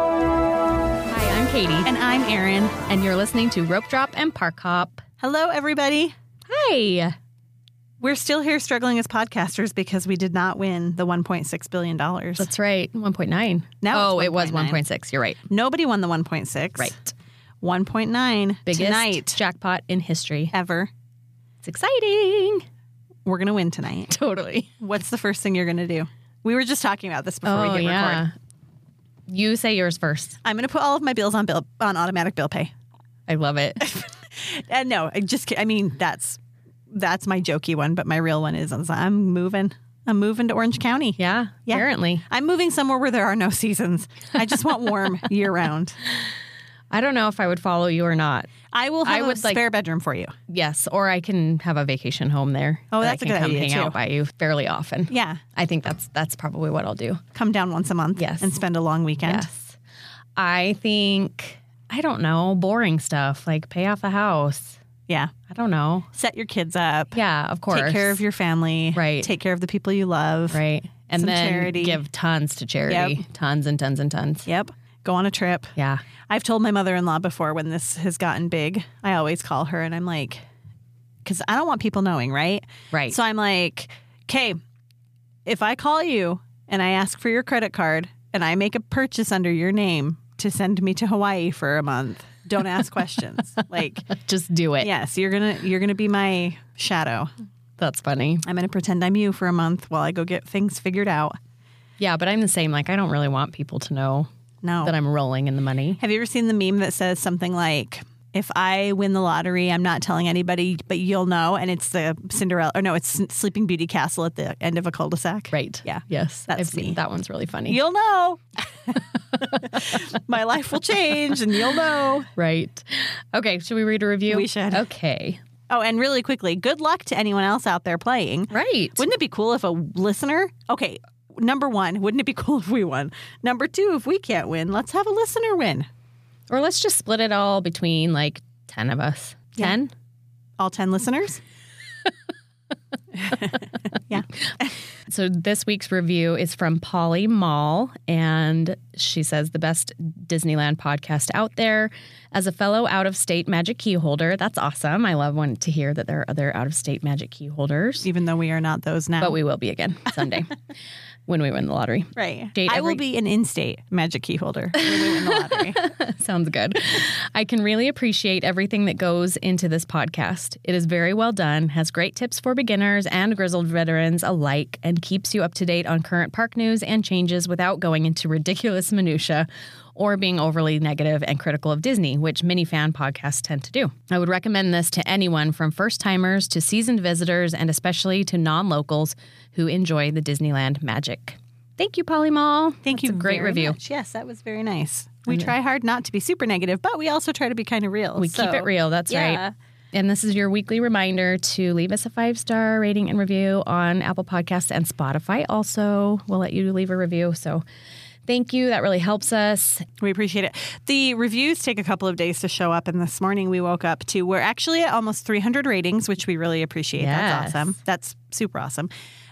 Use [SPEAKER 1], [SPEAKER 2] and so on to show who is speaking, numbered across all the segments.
[SPEAKER 1] Hi, I'm Katie. And I'm Erin. And you're listening to Rope Drop and Park Hop.
[SPEAKER 2] Hello, everybody.
[SPEAKER 1] Hi.
[SPEAKER 2] We're still here struggling as podcasters because we did not win the $1.6 billion.
[SPEAKER 1] That's right. 1.9.
[SPEAKER 2] Now
[SPEAKER 1] oh,
[SPEAKER 2] it's
[SPEAKER 1] it was
[SPEAKER 2] 1.9.
[SPEAKER 1] 1.6. You're right.
[SPEAKER 2] Nobody won the 1.6.
[SPEAKER 1] Right.
[SPEAKER 2] 1.9
[SPEAKER 1] Biggest
[SPEAKER 2] tonight
[SPEAKER 1] jackpot in history.
[SPEAKER 2] ever.
[SPEAKER 1] It's exciting.
[SPEAKER 2] We're going to win tonight.
[SPEAKER 1] Totally.
[SPEAKER 2] What's the first thing you're going to do? We were just talking about this before we hit record.
[SPEAKER 1] Oh, You say yours first.
[SPEAKER 2] I'm going to put all of my bills on bill on automatic bill pay.
[SPEAKER 1] I love it.
[SPEAKER 2] And no, I just kid- I mean that's that's my jokey one, but my real one is I'm moving. I'm moving to Orange County.
[SPEAKER 1] yeah,
[SPEAKER 2] Yeah.
[SPEAKER 1] Apparently.
[SPEAKER 2] I'm moving somewhere where there are no seasons. I just want warm year round.
[SPEAKER 1] I don't know if I would follow you or not.
[SPEAKER 2] I will have
[SPEAKER 1] I
[SPEAKER 2] a
[SPEAKER 1] would, like-
[SPEAKER 2] spare bedroom for you.
[SPEAKER 1] Yes, or I can have a vacation home there.
[SPEAKER 2] Oh,
[SPEAKER 1] that
[SPEAKER 2] that's
[SPEAKER 1] I can
[SPEAKER 2] a good
[SPEAKER 1] come
[SPEAKER 2] idea,
[SPEAKER 1] hang
[SPEAKER 2] too.
[SPEAKER 1] out by you fairly often.
[SPEAKER 2] Yeah.
[SPEAKER 1] I think that's that's probably what I'll do.
[SPEAKER 2] Come down once a month
[SPEAKER 1] Yes.
[SPEAKER 2] and spend a long weekend.
[SPEAKER 1] Yes. I think, I don't know, boring stuff like pay off the house.
[SPEAKER 2] Yeah.
[SPEAKER 1] I don't know.
[SPEAKER 2] Set your kids up.
[SPEAKER 1] Yeah, of course.
[SPEAKER 2] Take care of your family.
[SPEAKER 1] Right.
[SPEAKER 2] Take care of the people you love.
[SPEAKER 1] Right. And
[SPEAKER 2] some
[SPEAKER 1] then
[SPEAKER 2] charity.
[SPEAKER 1] give tons to charity. Tons and tons and tons.
[SPEAKER 2] Yep. Go on a trip.
[SPEAKER 1] Yeah.
[SPEAKER 2] I've told my mother in law before when this has gotten big, I always call her and I'm like, because I don't want people knowing, right?
[SPEAKER 1] Right.
[SPEAKER 2] So I'm like, okay, if I call you and I ask for your credit card and I make a purchase under your name to send me to Hawaii for a month, don't ask questions. like,
[SPEAKER 1] Just do it.
[SPEAKER 2] yes, you're gonna you're gonna be my shadow.
[SPEAKER 1] That's funny.
[SPEAKER 2] I'm gonna pretend I'm you for a month while I go get things figured out.
[SPEAKER 1] Yeah, but I'm the same. Like, I don't really want people to know
[SPEAKER 2] No.
[SPEAKER 1] that I'm rolling in the money.
[SPEAKER 2] Have you ever seen the meme that says something like, if I win the lottery, I'm not telling anybody, but you'll know? And it's the Cinderella, or no, it's Sleeping Beauty Castle at the end of a cul de sac.
[SPEAKER 1] Right.
[SPEAKER 2] Yeah.
[SPEAKER 1] Yes.
[SPEAKER 2] That's
[SPEAKER 1] I've seen
[SPEAKER 2] me.
[SPEAKER 1] that one's really funny.
[SPEAKER 2] You'll know. My life will change and you'll know.
[SPEAKER 1] Right. Okay. Should we read a review?
[SPEAKER 2] We should.
[SPEAKER 1] Okay.
[SPEAKER 2] Oh, and really quickly, good luck to anyone else out there playing.
[SPEAKER 1] Right.
[SPEAKER 2] Wouldn't it be cool if a listener? Okay, number one, wouldn't it be cool if we won? Number two, if we can't win, let's have a listener win.
[SPEAKER 1] or let's just split it all between like 10 of us. 10?
[SPEAKER 2] All 10 listeners? yeah.
[SPEAKER 1] So this week's review is from Polly Mall, and she says the best Disneyland podcast out there. As a fellow out of state magic key holder, that's awesome. I love when to hear that there are other out of state magic key holders.
[SPEAKER 2] Even though we are not those now.
[SPEAKER 1] But we will be again Sunday when we win the lottery.
[SPEAKER 2] Right.
[SPEAKER 1] Date
[SPEAKER 2] I
[SPEAKER 1] every-
[SPEAKER 2] will be an in-state magic key holder when we win the lottery.
[SPEAKER 1] Sounds good. I can really appreciate everything that goes into this podcast. It is very well done, has great tips for beginners and grizzled veterans alike, and keeps you up to date on current park news and changes without going into ridiculous minutia or being overly negative and critical of Disney, which many fan podcasts tend to do. I would recommend this to anyone from first timers to seasoned visitors and especially to non-locals who enjoy the Disneyland magic. Thank you, Polly Mall.
[SPEAKER 2] Thank
[SPEAKER 1] That's
[SPEAKER 2] you.
[SPEAKER 1] A great
[SPEAKER 2] very
[SPEAKER 1] review.
[SPEAKER 2] much. Yes, that was very nice. We try hard not to be super negative, but we also try to be kind of real.
[SPEAKER 1] We
[SPEAKER 2] so-
[SPEAKER 1] keep it real. That's
[SPEAKER 2] Yeah.
[SPEAKER 1] right. And this is your weekly reminder to leave us a five star rating and review on Apple Podcasts and Spotify. Also, we'll let you leave a review. So thank you. That really helps us.
[SPEAKER 2] We appreciate it. The reviews take a couple of days to show up, and this morning we woke up to we're actually at almost 300 ratings, which we really appreciate.
[SPEAKER 1] Yes.
[SPEAKER 2] That's awesome. That's super awesome.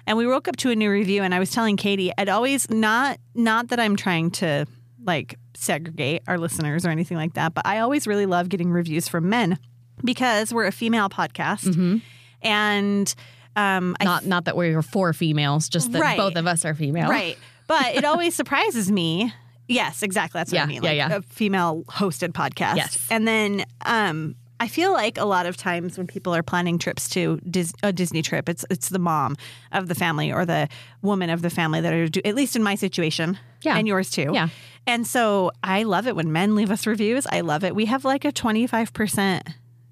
[SPEAKER 2] And we woke up to a new review, and I was telling Katie, I'd always not not that I'm trying to like segregate our listeners or anything like that, but I always really love getting reviews from men because we're a female podcast, and um, I
[SPEAKER 1] Not not that we're for females, just that
[SPEAKER 2] Right.
[SPEAKER 1] both of us are female.
[SPEAKER 2] Right. But it always surprises me. Yes, exactly. That's what
[SPEAKER 1] Yeah,
[SPEAKER 2] I mean.
[SPEAKER 1] yeah,
[SPEAKER 2] Like
[SPEAKER 1] yeah.
[SPEAKER 2] a female hosted podcast.
[SPEAKER 1] Yes.
[SPEAKER 2] And then um I feel like a lot of times when people are planning trips to Dis- a Disney trip, it's it's the mom of the family or the woman of the family that are do- at least in my situation.
[SPEAKER 1] Yeah.
[SPEAKER 2] And yours too.
[SPEAKER 1] Yeah.
[SPEAKER 2] And so I love it when men leave us reviews. I love it. We have like a twenty five percent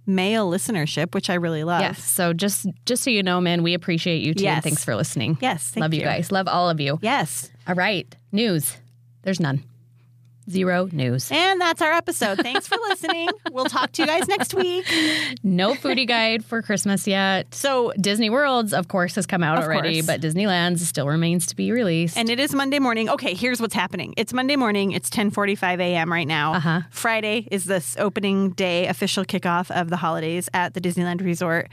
[SPEAKER 2] male listenership, which I really love.
[SPEAKER 1] Yes. So just just so you know, man, we appreciate you too.
[SPEAKER 2] Yes.
[SPEAKER 1] And thanks for listening.
[SPEAKER 2] Yes. thank
[SPEAKER 1] Love you guys. Love all of you.
[SPEAKER 2] Yes.
[SPEAKER 1] All right. News. There's none. Zero news.
[SPEAKER 2] And that's our episode. Thanks for listening. we'll talk to you guys next week.
[SPEAKER 1] No foodie guide for Christmas yet.
[SPEAKER 2] So,
[SPEAKER 1] Disney World's, of course, has come out
[SPEAKER 2] Of
[SPEAKER 1] already,
[SPEAKER 2] course.
[SPEAKER 1] but Disneyland's still remains to be released.
[SPEAKER 2] and it is Monday morning. Okay, here's what's happening. It's Monday morning. It's 10:45 a.m. right now.
[SPEAKER 1] Uh-huh.
[SPEAKER 2] Friday is this opening day official kickoff of the holidays at the Disneyland Resort.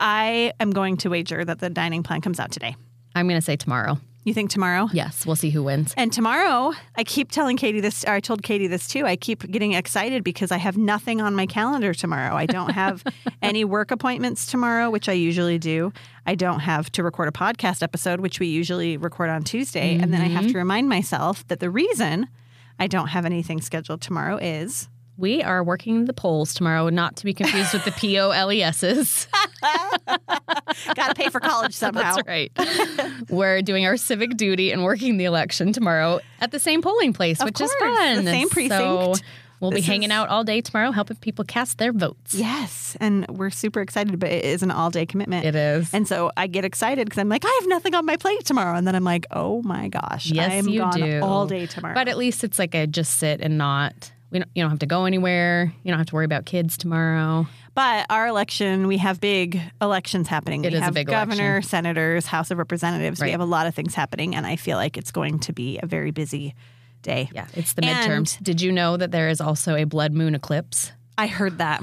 [SPEAKER 2] I am going to wager that the dining plan comes out today.
[SPEAKER 1] I'm going to say tomorrow.
[SPEAKER 2] You think tomorrow?
[SPEAKER 1] Yes, we'll see who wins.
[SPEAKER 2] And tomorrow, I keep telling Katie this, or I told Katie this too. I keep getting excited because I have nothing on my calendar tomorrow. I don't have any work appointments tomorrow, which I usually do. I don't have to record a podcast episode, which we usually record on Tuesday. And then I have to remind myself that the reason I don't have anything scheduled tomorrow is
[SPEAKER 1] We are working the polls tomorrow, not to be confused with the P O L E S's.
[SPEAKER 2] got to pay for college somehow.
[SPEAKER 1] That's right. We're doing our civic duty and working the election tomorrow at the same polling place,
[SPEAKER 2] Of
[SPEAKER 1] which is
[SPEAKER 2] course, the
[SPEAKER 1] fun.
[SPEAKER 2] same
[SPEAKER 1] So
[SPEAKER 2] precinct.
[SPEAKER 1] we'll be
[SPEAKER 2] This
[SPEAKER 1] hanging
[SPEAKER 2] is-
[SPEAKER 1] out all day tomorrow, helping people cast their votes.
[SPEAKER 2] Yes. And we're super excited, but it is an all day commitment.
[SPEAKER 1] It is.
[SPEAKER 2] And so I get excited because I'm like, I have nothing on my plate tomorrow. And then I'm like, oh my gosh,
[SPEAKER 1] yes,
[SPEAKER 2] I'm
[SPEAKER 1] you
[SPEAKER 2] gone
[SPEAKER 1] do
[SPEAKER 2] all day tomorrow.
[SPEAKER 1] But at least it's like a just sit and not. We don't, you don't have to go anywhere. You don't have to worry about kids tomorrow.
[SPEAKER 2] But our election, we have big elections happening.
[SPEAKER 1] It
[SPEAKER 2] we
[SPEAKER 1] is a
[SPEAKER 2] have
[SPEAKER 1] big
[SPEAKER 2] governor, senators, House of Representatives.
[SPEAKER 1] Right.
[SPEAKER 2] We have a lot of things happening, and I feel like it's going to be a very busy day.
[SPEAKER 1] Yeah, it's the
[SPEAKER 2] And-
[SPEAKER 1] midterms. Did you know that there is also a blood moon eclipse
[SPEAKER 2] I heard that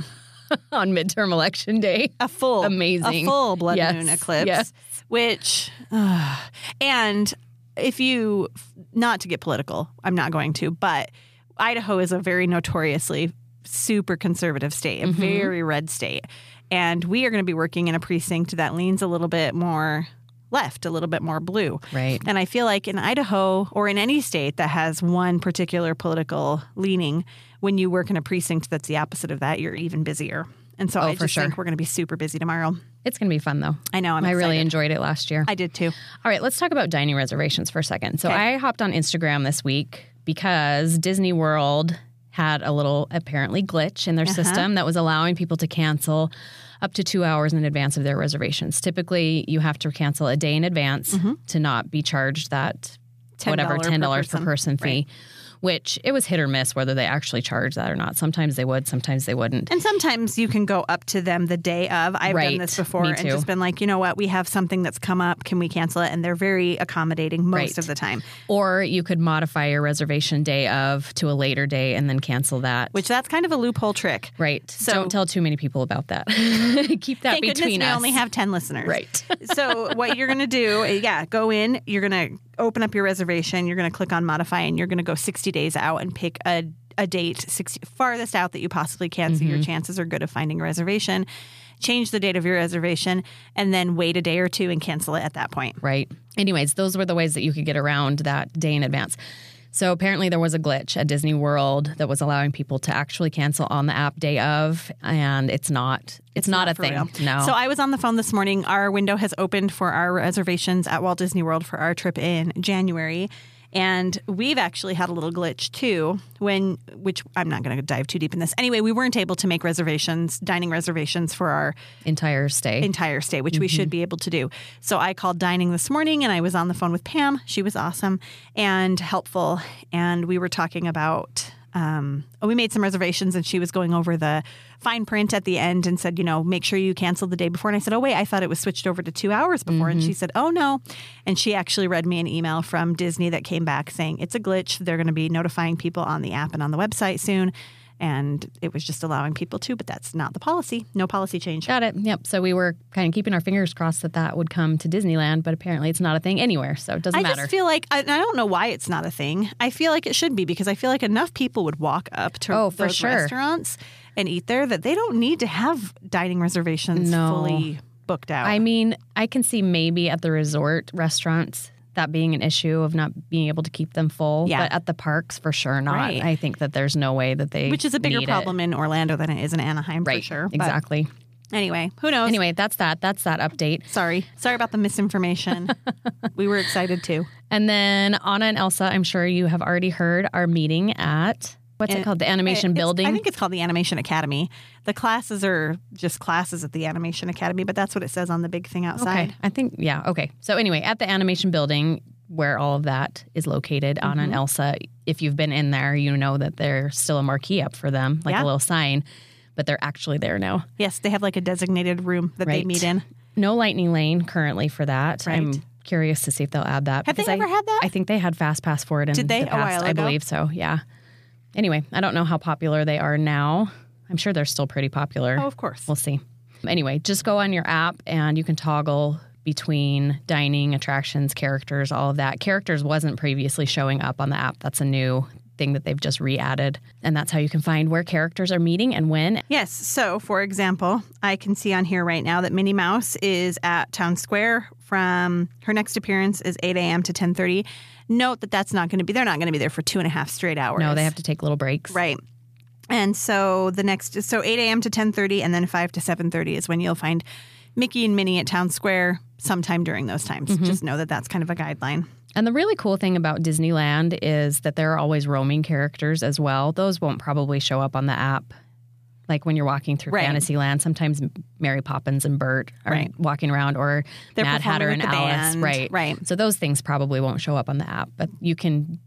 [SPEAKER 1] on midterm election day?
[SPEAKER 2] a full,
[SPEAKER 1] Amazing.
[SPEAKER 2] a full blood
[SPEAKER 1] Yes,
[SPEAKER 2] moon eclipse,
[SPEAKER 1] yes.
[SPEAKER 2] which, ah, and if you, not to get political, I'm not going to, but Idaho is a very notoriously super conservative state, a
[SPEAKER 1] Mm-hmm.
[SPEAKER 2] very red state. And we are going to be working in a precinct that leans a little bit more left, a little bit more blue.
[SPEAKER 1] Right.
[SPEAKER 2] And I feel like in Idaho or in any state that has one particular political leaning, when you work in a precinct that's the opposite of that, you're even busier. And so I
[SPEAKER 1] Oh, for
[SPEAKER 2] just
[SPEAKER 1] sure.
[SPEAKER 2] think we're going to be super busy tomorrow.
[SPEAKER 1] It's going to be fun though.
[SPEAKER 2] I know. I'm
[SPEAKER 1] I really
[SPEAKER 2] excited.
[SPEAKER 1] enjoyed it last year.
[SPEAKER 2] I did too.
[SPEAKER 1] All right, let's talk about dining reservations for a second. So
[SPEAKER 2] Okay.
[SPEAKER 1] I hopped on Instagram this week because Disney World had a little apparently glitch in their system that was allowing people to cancel up to two hours in advance of their reservations. Typically, you have to cancel a day in advance to not be charged that whatever
[SPEAKER 2] $10
[SPEAKER 1] Mm-hmm. ten dollars per
[SPEAKER 2] per
[SPEAKER 1] person fee. Which it was hit or miss whether they actually charged that or not. Sometimes they would, sometimes they wouldn't.
[SPEAKER 2] And sometimes you can go up to them the day of. I've
[SPEAKER 1] Right.
[SPEAKER 2] done this before
[SPEAKER 1] Me
[SPEAKER 2] and
[SPEAKER 1] too.
[SPEAKER 2] just been like, you know what, we have something that's come up. Can we cancel it? And they're very accommodating most
[SPEAKER 1] Right.
[SPEAKER 2] of the time,
[SPEAKER 1] Or you could modify your reservation day of to a later day and then cancel that.
[SPEAKER 2] which that's kind of a loophole trick.
[SPEAKER 1] Right.
[SPEAKER 2] So-
[SPEAKER 1] don't tell too many people about that. Keep that
[SPEAKER 2] Thank
[SPEAKER 1] between
[SPEAKER 2] goodness we
[SPEAKER 1] us.
[SPEAKER 2] only have 10 listeners.
[SPEAKER 1] right.
[SPEAKER 2] so what you're gonna do yeah go in you're gonna open up your reservation you're gonna click on modify and you're gonna go 60 days out and pick a, a date 60, farthest out that you possibly can so your chances are good of finding a reservation change the date of your reservation and then wait a day or two and cancel it at that point
[SPEAKER 1] Right. Anyways, those were the ways that you could get around that day in advance. So apparently there was a glitch at Disney World that was allowing people to actually cancel on the app day of and it's not it's, not, a
[SPEAKER 2] for
[SPEAKER 1] thing.
[SPEAKER 2] real.
[SPEAKER 1] No.
[SPEAKER 2] So I was on the phone this morning. Our window has opened for our reservations at Walt Disney World for our trip in January. And we've actually had a little glitch too, when which I'm not going to dive too deep in this. Anyway, we weren't able to make reservations, dining reservations for our
[SPEAKER 1] entire stay.
[SPEAKER 2] entire stay, which we should be able to do. So I called dining this morning and I was on the phone with Pam. She was awesome and helpful. And we were talking about. Um, we made some reservations and she was going over the fine print at the end and said, you know, make sure you cancel the day before. And I said, oh, wait, I thought it was switched over to two hours before. And she said, oh, no. And she actually read me an email from Disney that came back saying it's a glitch. They're going to be notifying people on the app and on the website soon. And it was just allowing people to, but that's not the policy. No policy change.
[SPEAKER 1] Got it. Yep. So we were kind of keeping our fingers crossed that that would come to Disneyland, but apparently it's not a thing anywhere. So it doesn't
[SPEAKER 2] I
[SPEAKER 1] matter.
[SPEAKER 2] just feel like I, I don't know why it's not a thing. I feel like it should be because I feel like enough people would walk up to
[SPEAKER 1] Oh, for
[SPEAKER 2] those
[SPEAKER 1] sure.
[SPEAKER 2] restaurants and eat there that they don't need to have dining reservations
[SPEAKER 1] No.
[SPEAKER 2] fully booked out.
[SPEAKER 1] I mean, I can see maybe at the resort restaurants that being an issue of not being able to keep them full.
[SPEAKER 2] Yeah.
[SPEAKER 1] But at the parks, for sure not.
[SPEAKER 2] Right.
[SPEAKER 1] I think that there's no way that they.
[SPEAKER 2] which is a bigger
[SPEAKER 1] need it.
[SPEAKER 2] problem in Orlando than it is in Anaheim
[SPEAKER 1] Right.
[SPEAKER 2] for sure. But
[SPEAKER 1] Exactly.
[SPEAKER 2] anyway, who knows?
[SPEAKER 1] Anyway, that's that. That's that update.
[SPEAKER 2] Sorry. Sorry about the misinformation. we were excited too.
[SPEAKER 1] And then Anna and Elsa, I'm sure you have already heard, are meeting at What's it called? The animation
[SPEAKER 2] It's-
[SPEAKER 1] building.
[SPEAKER 2] I think it's called the Animation Academy. The classes are just classes at the Animation Academy, but that's what it says on the big thing outside.
[SPEAKER 1] Okay. I think, yeah. Okay. So, anyway, at the animation building where all of that is located on
[SPEAKER 2] Mm-hmm.
[SPEAKER 1] an Elsa, if you've been in there, you know that there's still a marquee up for them, like
[SPEAKER 2] Yeah.
[SPEAKER 1] a little sign, but they're actually there now.
[SPEAKER 2] Yes, they have like a designated room that they
[SPEAKER 1] Right.
[SPEAKER 2] meet in.
[SPEAKER 1] No lightning lane currently for that. I'm
[SPEAKER 2] Right.
[SPEAKER 1] curious to see if they'll add that.
[SPEAKER 2] Have they
[SPEAKER 1] because I-
[SPEAKER 2] ever had that?
[SPEAKER 1] I think they had Fast Pass for it in
[SPEAKER 2] Did they?
[SPEAKER 1] the
[SPEAKER 2] A
[SPEAKER 1] past.
[SPEAKER 2] while
[SPEAKER 1] I
[SPEAKER 2] ago?
[SPEAKER 1] believe so. Yeah. Anyway, I don't know how popular they are now. I'm sure they're still pretty popular.
[SPEAKER 2] Oh, of course.
[SPEAKER 1] We'll see. Anyway, just go on your app and you can toggle between dining, attractions, characters, all of that. Characters wasn't previously showing up on the app. That's a new thing that they've just re added. And that's how you can find where characters are meeting and when.
[SPEAKER 2] Yes. So, for example, I can see on here right now that Minnie Mouse is at Town Square from her next appearance is 8 a.m. to 10:30. Note that that's not going to be. They're not going to be there for two and a half straight hours.
[SPEAKER 1] No, they have to take little breaks.
[SPEAKER 2] Right. And so the next, so 8 a.m. to 10:30, and then 5 to 7:30 is when you'll find Mickey and Minnie at Town Square sometime during those times.
[SPEAKER 1] Mm-hmm.
[SPEAKER 2] Just know that that's kind of a guideline.
[SPEAKER 1] And the really cool thing about Disneyland is that there are always roaming characters as well. Those won't probably show up on the app. Like when you're walking through
[SPEAKER 2] Right.
[SPEAKER 1] Fantasyland, sometimes Mary Poppins and Bert are
[SPEAKER 2] Right.
[SPEAKER 1] walking around, or
[SPEAKER 2] They're
[SPEAKER 1] Mad
[SPEAKER 2] performing
[SPEAKER 1] Hatter
[SPEAKER 2] with
[SPEAKER 1] and
[SPEAKER 2] the
[SPEAKER 1] Alice,
[SPEAKER 2] band.
[SPEAKER 1] right?
[SPEAKER 2] Right.
[SPEAKER 1] So those things probably won't show up on the app, but you can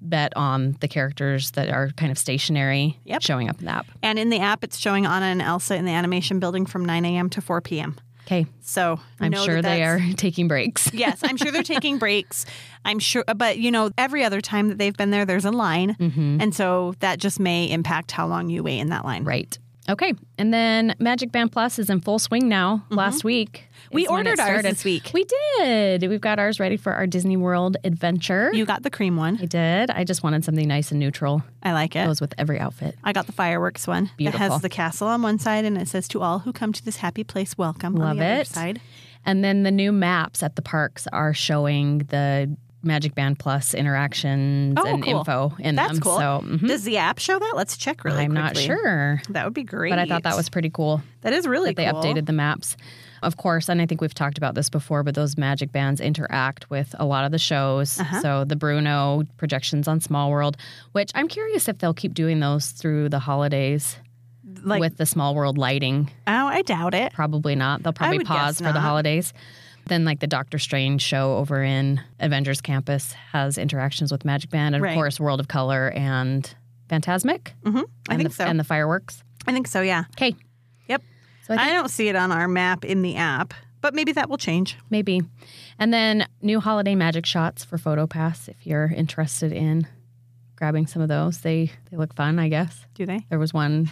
[SPEAKER 1] bet on the characters that are kind of stationary
[SPEAKER 2] Yep.
[SPEAKER 1] showing up in the app.
[SPEAKER 2] And in the app, it's showing Anna and Elsa in the animation building from 9 a.m. to 4 p.m.
[SPEAKER 1] Okay,
[SPEAKER 2] So
[SPEAKER 1] I'm
[SPEAKER 2] know
[SPEAKER 1] sure
[SPEAKER 2] that
[SPEAKER 1] they
[SPEAKER 2] that's-
[SPEAKER 1] are taking breaks.
[SPEAKER 2] yes, I'm sure they're taking breaks. I'm sure, but you know, every other time that they've been there, there's a line, and so that just may impact how long you wait in that line.
[SPEAKER 1] Mm-hmm. Right. Okay. And then Magic Band Plus is in full swing now. Last week.
[SPEAKER 2] Mm-hmm. We
[SPEAKER 1] is when it
[SPEAKER 2] ordered ours
[SPEAKER 1] started.
[SPEAKER 2] this week.
[SPEAKER 1] We did. We've got ours ready for our Disney World adventure.
[SPEAKER 2] You got the cream
[SPEAKER 1] I
[SPEAKER 2] one.
[SPEAKER 1] did. I just wanted something nice and neutral.
[SPEAKER 2] I like it.
[SPEAKER 1] Goes with every outfit.
[SPEAKER 2] I got the fireworks one. It
[SPEAKER 1] Beautiful.
[SPEAKER 2] has the castle on one side, and it says "To all who come to this happy place, welcome." on
[SPEAKER 1] Love
[SPEAKER 2] the other
[SPEAKER 1] it.
[SPEAKER 2] side.
[SPEAKER 1] And then the new maps at the parks are showing the Magic Band Plus interactions
[SPEAKER 2] Oh,
[SPEAKER 1] and
[SPEAKER 2] cool.
[SPEAKER 1] info in
[SPEAKER 2] That's
[SPEAKER 1] them.
[SPEAKER 2] cool.
[SPEAKER 1] So mhm.
[SPEAKER 2] Does the app show that? Let's check really.
[SPEAKER 1] I'm not
[SPEAKER 2] quickly.
[SPEAKER 1] sure.
[SPEAKER 2] That would be great.
[SPEAKER 1] But I thought that was pretty cool.
[SPEAKER 2] that is really
[SPEAKER 1] that they
[SPEAKER 2] cool.
[SPEAKER 1] updated the maps. Of course, and I think we've talked about this before, but those magic bands interact with a lot of the shows.
[SPEAKER 2] Uh-huh.
[SPEAKER 1] So the Bruno projections on Small World, which I'm curious if they'll keep doing those through the holidays
[SPEAKER 2] like
[SPEAKER 1] with the Small World lighting.
[SPEAKER 2] oh, I doubt it.
[SPEAKER 1] Probably not. They'll probably
[SPEAKER 2] would guess
[SPEAKER 1] pause for the
[SPEAKER 2] not.
[SPEAKER 1] holidays. Then, like the Doctor Strange show over in Avengers Campus has interactions with Magic Band, and
[SPEAKER 2] Right.
[SPEAKER 1] of course, World of Color and Phantasmic. Mm-hmm.
[SPEAKER 2] I
[SPEAKER 1] and
[SPEAKER 2] think
[SPEAKER 1] the,
[SPEAKER 2] so.
[SPEAKER 1] And the fireworks.
[SPEAKER 2] I think so. Yeah.
[SPEAKER 1] Okay,
[SPEAKER 2] Yep.
[SPEAKER 1] So I
[SPEAKER 2] I don't see it on our map in the app, but maybe that will change.
[SPEAKER 1] Maybe. And then new holiday magic shots for PhotoPass if you're interested in grabbing some of those. They they look fun, I guess.
[SPEAKER 2] Do they?
[SPEAKER 1] There was one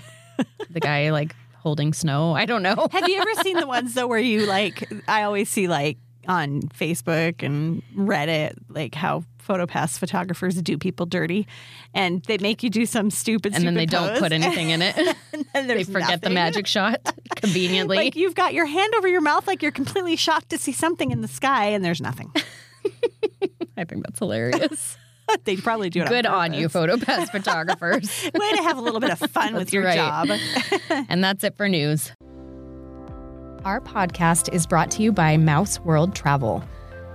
[SPEAKER 1] the guy like holding snow. I don't know.
[SPEAKER 2] Have you ever seen the ones though where you like? I always see like on Facebook and Reddit, like how PhotoPass photographers do people dirty, and they make you do some stupid.
[SPEAKER 1] And then they
[SPEAKER 2] stupid
[SPEAKER 1] don't
[SPEAKER 2] pose,
[SPEAKER 1] put anything in it.
[SPEAKER 2] and then
[SPEAKER 1] they
[SPEAKER 2] there's
[SPEAKER 1] forget the
[SPEAKER 2] nothing.
[SPEAKER 1] magic shot conveniently.
[SPEAKER 2] Like you've got your hand over your mouth, like you're completely shocked to see something in the sky, and there's nothing.
[SPEAKER 1] I think that's hilarious.
[SPEAKER 2] they probably do it.
[SPEAKER 1] Good on you,
[SPEAKER 2] purpose.
[SPEAKER 1] PhotoPass photographers.
[SPEAKER 2] Way to have a little bit of fun with
[SPEAKER 1] That's
[SPEAKER 2] your
[SPEAKER 1] right.
[SPEAKER 2] job.
[SPEAKER 1] and that's it for news. Our podcast is brought to you by Mouse World Travel.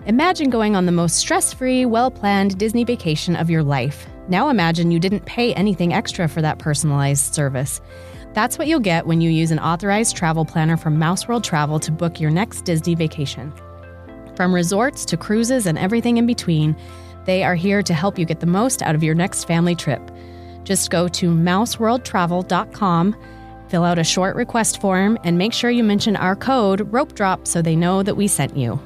[SPEAKER 1] Imagine going on the most stress free, well planned Disney vacation of your life. Now imagine you didn't pay anything extra for that personalized service. That's what you'll get when you use an authorized travel planner from Mouse World Travel to book your next Disney vacation. From resorts to cruises and everything in between, they are here to help you get the most out of your next family trip. Just go to mouseworldtravel.com, fill out a short request form, and make sure you mention our code rope drop so they know that we sent you.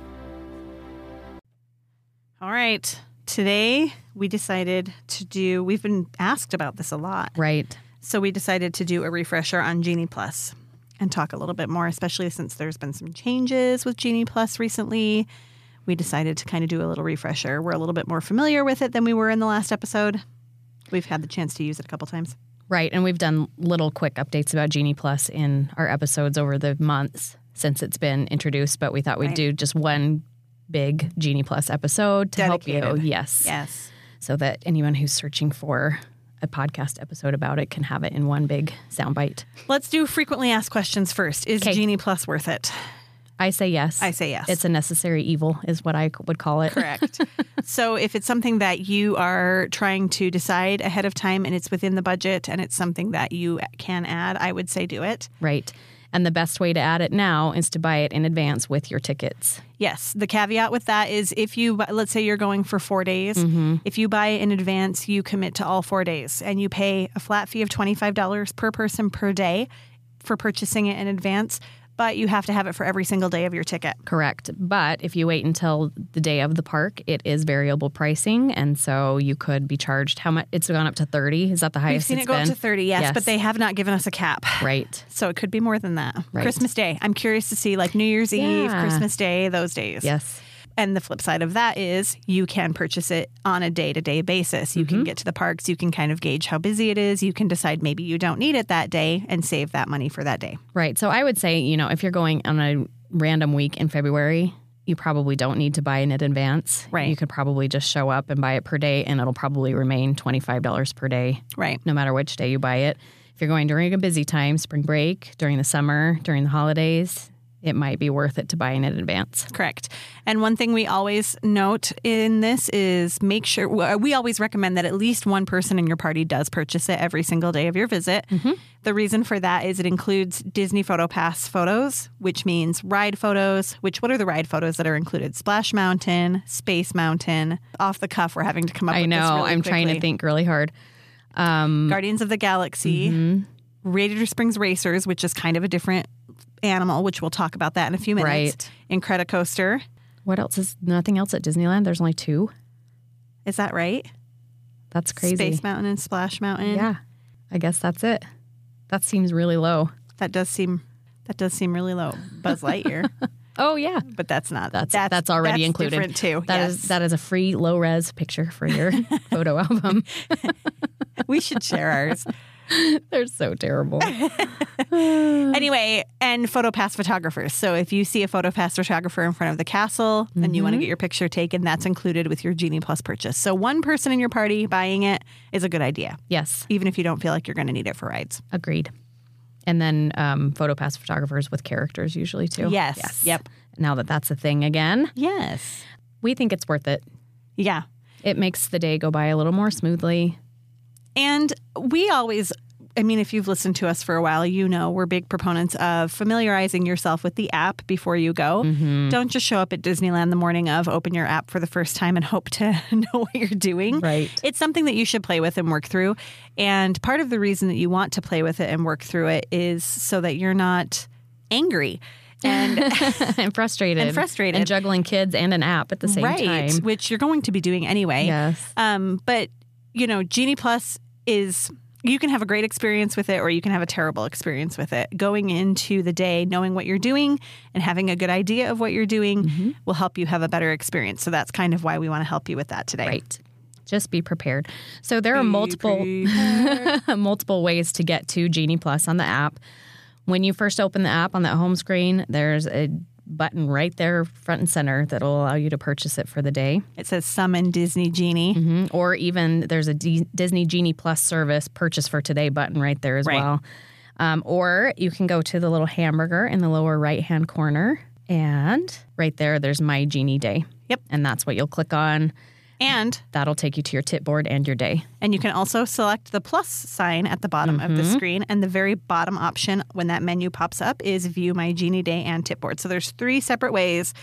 [SPEAKER 2] All right. Today we decided to do we've been asked about this a lot.
[SPEAKER 1] Right.
[SPEAKER 2] So we decided to do a refresher on Genie Plus and talk a little bit more, especially since there's been some changes with Genie Plus recently. We decided to kind of do a little refresher. We're a little bit more familiar with it than we were in the last episode. We've had the chance to use it a couple times.
[SPEAKER 1] Right. And we've done little quick updates about Genie Plus in our episodes over the months since it's been introduced, but we thought we'd
[SPEAKER 2] Right.
[SPEAKER 1] do just one big Genie Plus episode to help
[SPEAKER 2] Dedicated.
[SPEAKER 1] you. Yes.
[SPEAKER 2] Yes.
[SPEAKER 1] So that anyone who's searching for a podcast episode about it can have it in one big soundbite.
[SPEAKER 2] Let's do frequently asked questions first. Is Genie Plus worth it?
[SPEAKER 1] I say yes.
[SPEAKER 2] I say yes.
[SPEAKER 1] It's a necessary evil, is what I would call it.
[SPEAKER 2] Correct. so if it's something that you are trying to decide ahead of time and it's within the budget and it's something that you can add, I would say do it.
[SPEAKER 1] Right. And the best way to add it now is to buy it in advance with your tickets.
[SPEAKER 2] Yes. The caveat with that is if you, bu- let's say you're going for four days,
[SPEAKER 1] Mm-hmm.
[SPEAKER 2] if you buy in advance, you commit to all four days and you pay a flat fee of $25 per person per day for purchasing it in advance, but you have to have it for every single day of your ticket.
[SPEAKER 1] Correct. But if you wait until the day of the park, it is variable pricing. And so you could be charged how much? It's gone up to 30. Is that the
[SPEAKER 2] We've
[SPEAKER 1] highest
[SPEAKER 2] seen
[SPEAKER 1] it's
[SPEAKER 2] it go
[SPEAKER 1] been?
[SPEAKER 2] up to 30, yes, but they have not given us a cap.
[SPEAKER 1] Right.
[SPEAKER 2] So it could be more than that.
[SPEAKER 1] Right.
[SPEAKER 2] Christmas Day. I'm curious to see like New Year's Eve,
[SPEAKER 1] Yeah.
[SPEAKER 2] Christmas Day, those days.
[SPEAKER 1] Yes.
[SPEAKER 2] And the flip side of that is you can purchase it on a day to day basis. You can get to the parks, you can kind of gauge how busy it is, you can decide maybe you don't need it that day and save that money for that day.
[SPEAKER 1] Right. So I would say, you know, if you're going on a random week in February, you probably don't need to buy in advance.
[SPEAKER 2] Right.
[SPEAKER 1] You could probably just show up and buy it per day, and it'll probably remain $25 per day,
[SPEAKER 2] Right.
[SPEAKER 1] no matter which day you buy it. If you're going during a busy time, spring break, during the summer, during the holidays, it might be worth it to buy in advance.
[SPEAKER 2] Correct. And one thing we always note in this is make sure uh, we always recommend that at least one person in your party does purchase it every single day of your visit.
[SPEAKER 1] Mm-hmm.
[SPEAKER 2] The reason for that is it includes Disney Photo Pass photos, which means ride photos, which what are the ride photos that are included? Splash Mountain, Space Mountain. Off the cuff, we're having to come up
[SPEAKER 1] I
[SPEAKER 2] with
[SPEAKER 1] know.
[SPEAKER 2] this really
[SPEAKER 1] I'm trying to
[SPEAKER 2] quickly.
[SPEAKER 1] think really hard. Um,
[SPEAKER 2] Guardians of the Galaxy,
[SPEAKER 1] Mm-hmm.
[SPEAKER 2] Radiator Springs Racers, which is kind of a different animal, which we'll talk about that in a few minutes.
[SPEAKER 1] Right.
[SPEAKER 2] Incredicoaster.
[SPEAKER 1] what else is nothing else at Disneyland? There's only two.
[SPEAKER 2] Is that right?
[SPEAKER 1] That's crazy.
[SPEAKER 2] Space Mountain and Splash Mountain.
[SPEAKER 1] yeah. I guess that's it. That seems really low.
[SPEAKER 2] That does seem that does seem really low. Buzz Lightyear.
[SPEAKER 1] Oh yeah.
[SPEAKER 2] but that's not
[SPEAKER 1] That's that's, already
[SPEAKER 2] that's
[SPEAKER 1] included.
[SPEAKER 2] different too.
[SPEAKER 1] That
[SPEAKER 2] yes.
[SPEAKER 1] is- that is a free low res picture for your photo album.
[SPEAKER 2] we should share ours.
[SPEAKER 1] They're so terrible.
[SPEAKER 2] anyway, and PhotoPass photographers. So if you see a PhotoPass photographer in front of the castle and you want
[SPEAKER 1] Mm-hmm.
[SPEAKER 2] to get your picture taken, that's included with your Genie Plus purchase. So one person in your party buying it is a good idea,
[SPEAKER 1] Yes,
[SPEAKER 2] even if you don't feel like you're going to need it for rides.
[SPEAKER 1] agreed. And then um, photo pass photographers with characters usually too.
[SPEAKER 2] Yes. Yep.
[SPEAKER 1] Now that that's a thing again,
[SPEAKER 2] Yes.
[SPEAKER 1] we think it's worth it.
[SPEAKER 2] Yeah.
[SPEAKER 1] It makes the day go by a little more smoothly.
[SPEAKER 2] And we always, I mean, if you've listened to us for a while, you know we're big proponents of familiarizing yourself with the app before you go.
[SPEAKER 1] Mm-hmm.
[SPEAKER 2] Don't just show up at Disneyland the morning of, open your app for the first time, and hope to know what you're doing.
[SPEAKER 1] Right.
[SPEAKER 2] It's something that you should play with and work through. And part of the reason that you want to play with it and work through it is so that you're not angry. And
[SPEAKER 1] and frustrated.
[SPEAKER 2] And frustrated.
[SPEAKER 1] And juggling kids and an app at the same
[SPEAKER 2] right,
[SPEAKER 1] time.
[SPEAKER 2] which you're going to be doing anyway.
[SPEAKER 1] Yes.
[SPEAKER 2] Um, but you know, Genie Plus is you can have a great experience with it or you can have a terrible experience with it. Going into the day knowing what you're doing and having a good idea of what you're doing will help you have a better experience. So that's kind of why we want to help you with that today.
[SPEAKER 1] Right. Just be prepared. So there are multiple multiple ways to get to Genie Plus on the app. When you first open the app on that home screen, there's a button right there front and center that'll allow you to purchase it for the day.
[SPEAKER 2] It says summon Disney Genie.
[SPEAKER 1] Mhm. Or even there's a D- Disney Genie Plus service purchase for today button right there as
[SPEAKER 2] Right.
[SPEAKER 1] well. Um, or you can go to the little hamburger in the lower right hand corner. And right there, there's My Genie Day.
[SPEAKER 2] Yep.
[SPEAKER 1] And that's what you'll click on.
[SPEAKER 2] And
[SPEAKER 1] That'll take you to your tip board and your day.
[SPEAKER 2] and you can also select the plus sign at the bottom of the screen and the very bottom option when that menu pops up is view my Genie Day and tip board. So there's three separate ways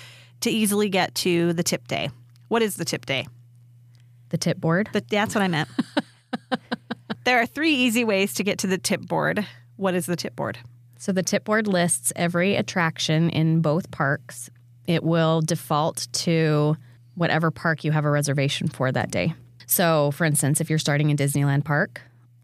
[SPEAKER 2] to easily get to the tip day. What is the tip day?
[SPEAKER 1] The tip board.
[SPEAKER 2] But that's what I meant. there are three easy ways to get to the tip board. What is the tip board?
[SPEAKER 1] So the tip board lists every attraction in both parks. It will default to whatever park you have a reservation for that day. So, for instance, if you're starting in Disneyland Park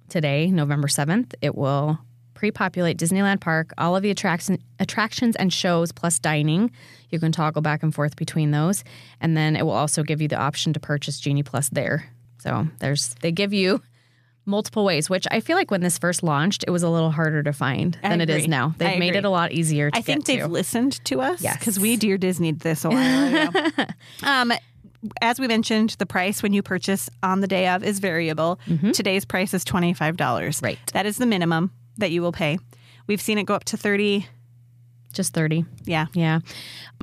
[SPEAKER 1] today, November 7th, it will pre populate Disneyland Park, all of the attraction, attractions and shows plus dining. You can toggle back and forth between those. And then it will also give you the option to purchase Genie Plus there. So, there's they give you multiple ways, which I feel like when this first launched, it was a little harder to find than it
[SPEAKER 2] agree.
[SPEAKER 1] is now. They've
[SPEAKER 2] I
[SPEAKER 1] made it
[SPEAKER 2] agree.
[SPEAKER 1] a lot easier to
[SPEAKER 2] I think
[SPEAKER 1] get
[SPEAKER 2] they've
[SPEAKER 1] to.
[SPEAKER 2] listened to us
[SPEAKER 1] Yes.
[SPEAKER 2] because we dear Disneyed this a while ago. um, as we mentioned, the price when you purchase on the day of is variable. Today's price is twenty five dollars.
[SPEAKER 1] Mm-hmm. Right.
[SPEAKER 2] that is the minimum that you will pay. We've seen it go up to thirty.
[SPEAKER 1] Just 30.
[SPEAKER 2] Yeah.
[SPEAKER 1] Yeah.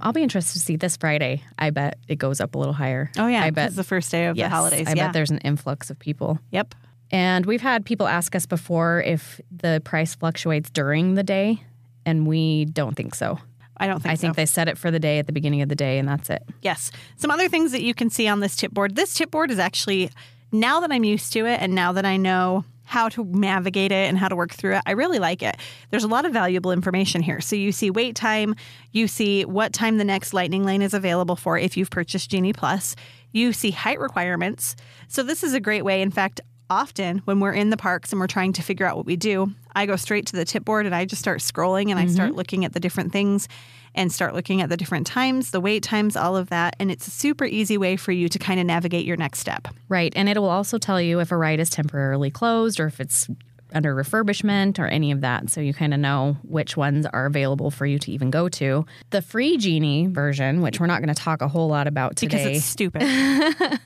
[SPEAKER 1] I'll be interested to see this Friday. I bet it goes up a little higher.
[SPEAKER 2] Oh yeah.
[SPEAKER 1] I bet.
[SPEAKER 2] It's the first day of
[SPEAKER 1] Yes,
[SPEAKER 2] the holidays.
[SPEAKER 1] I
[SPEAKER 2] yeah.
[SPEAKER 1] bet there's an influx of people.
[SPEAKER 2] Yep.
[SPEAKER 1] And we've had people ask us before if the price fluctuates during the day, and we don't think so.
[SPEAKER 2] I don't think
[SPEAKER 1] I think
[SPEAKER 2] so.
[SPEAKER 1] they set it for the day at the beginning of the day, and that's it.
[SPEAKER 2] Yes. Some other things that you can see on this tip board. This tip board is actually, now that I'm used to it and now that I know how to navigate it and how to work through it, I really like it. There's a lot of valuable information here. So you see wait time, you see what time the next Lightning Lane is available for if you've purchased Genie Plus, you see height requirements. So this is a great way. In fact, often when we're in the parks and we're trying to figure out what we do, I go straight to the tip board and I just start scrolling and I start looking at the different things and start looking at the different times, the wait times, all of that. And it's a super easy way for you to kind of navigate your next step.
[SPEAKER 1] Right. And it will also tell you if a ride is temporarily closed or if it's under refurbishment or any of that. So you kind of know which ones are available for you to even go to. The free Genie version, which we're not going to talk a whole lot about
[SPEAKER 2] Because
[SPEAKER 1] today.
[SPEAKER 2] it's stupid.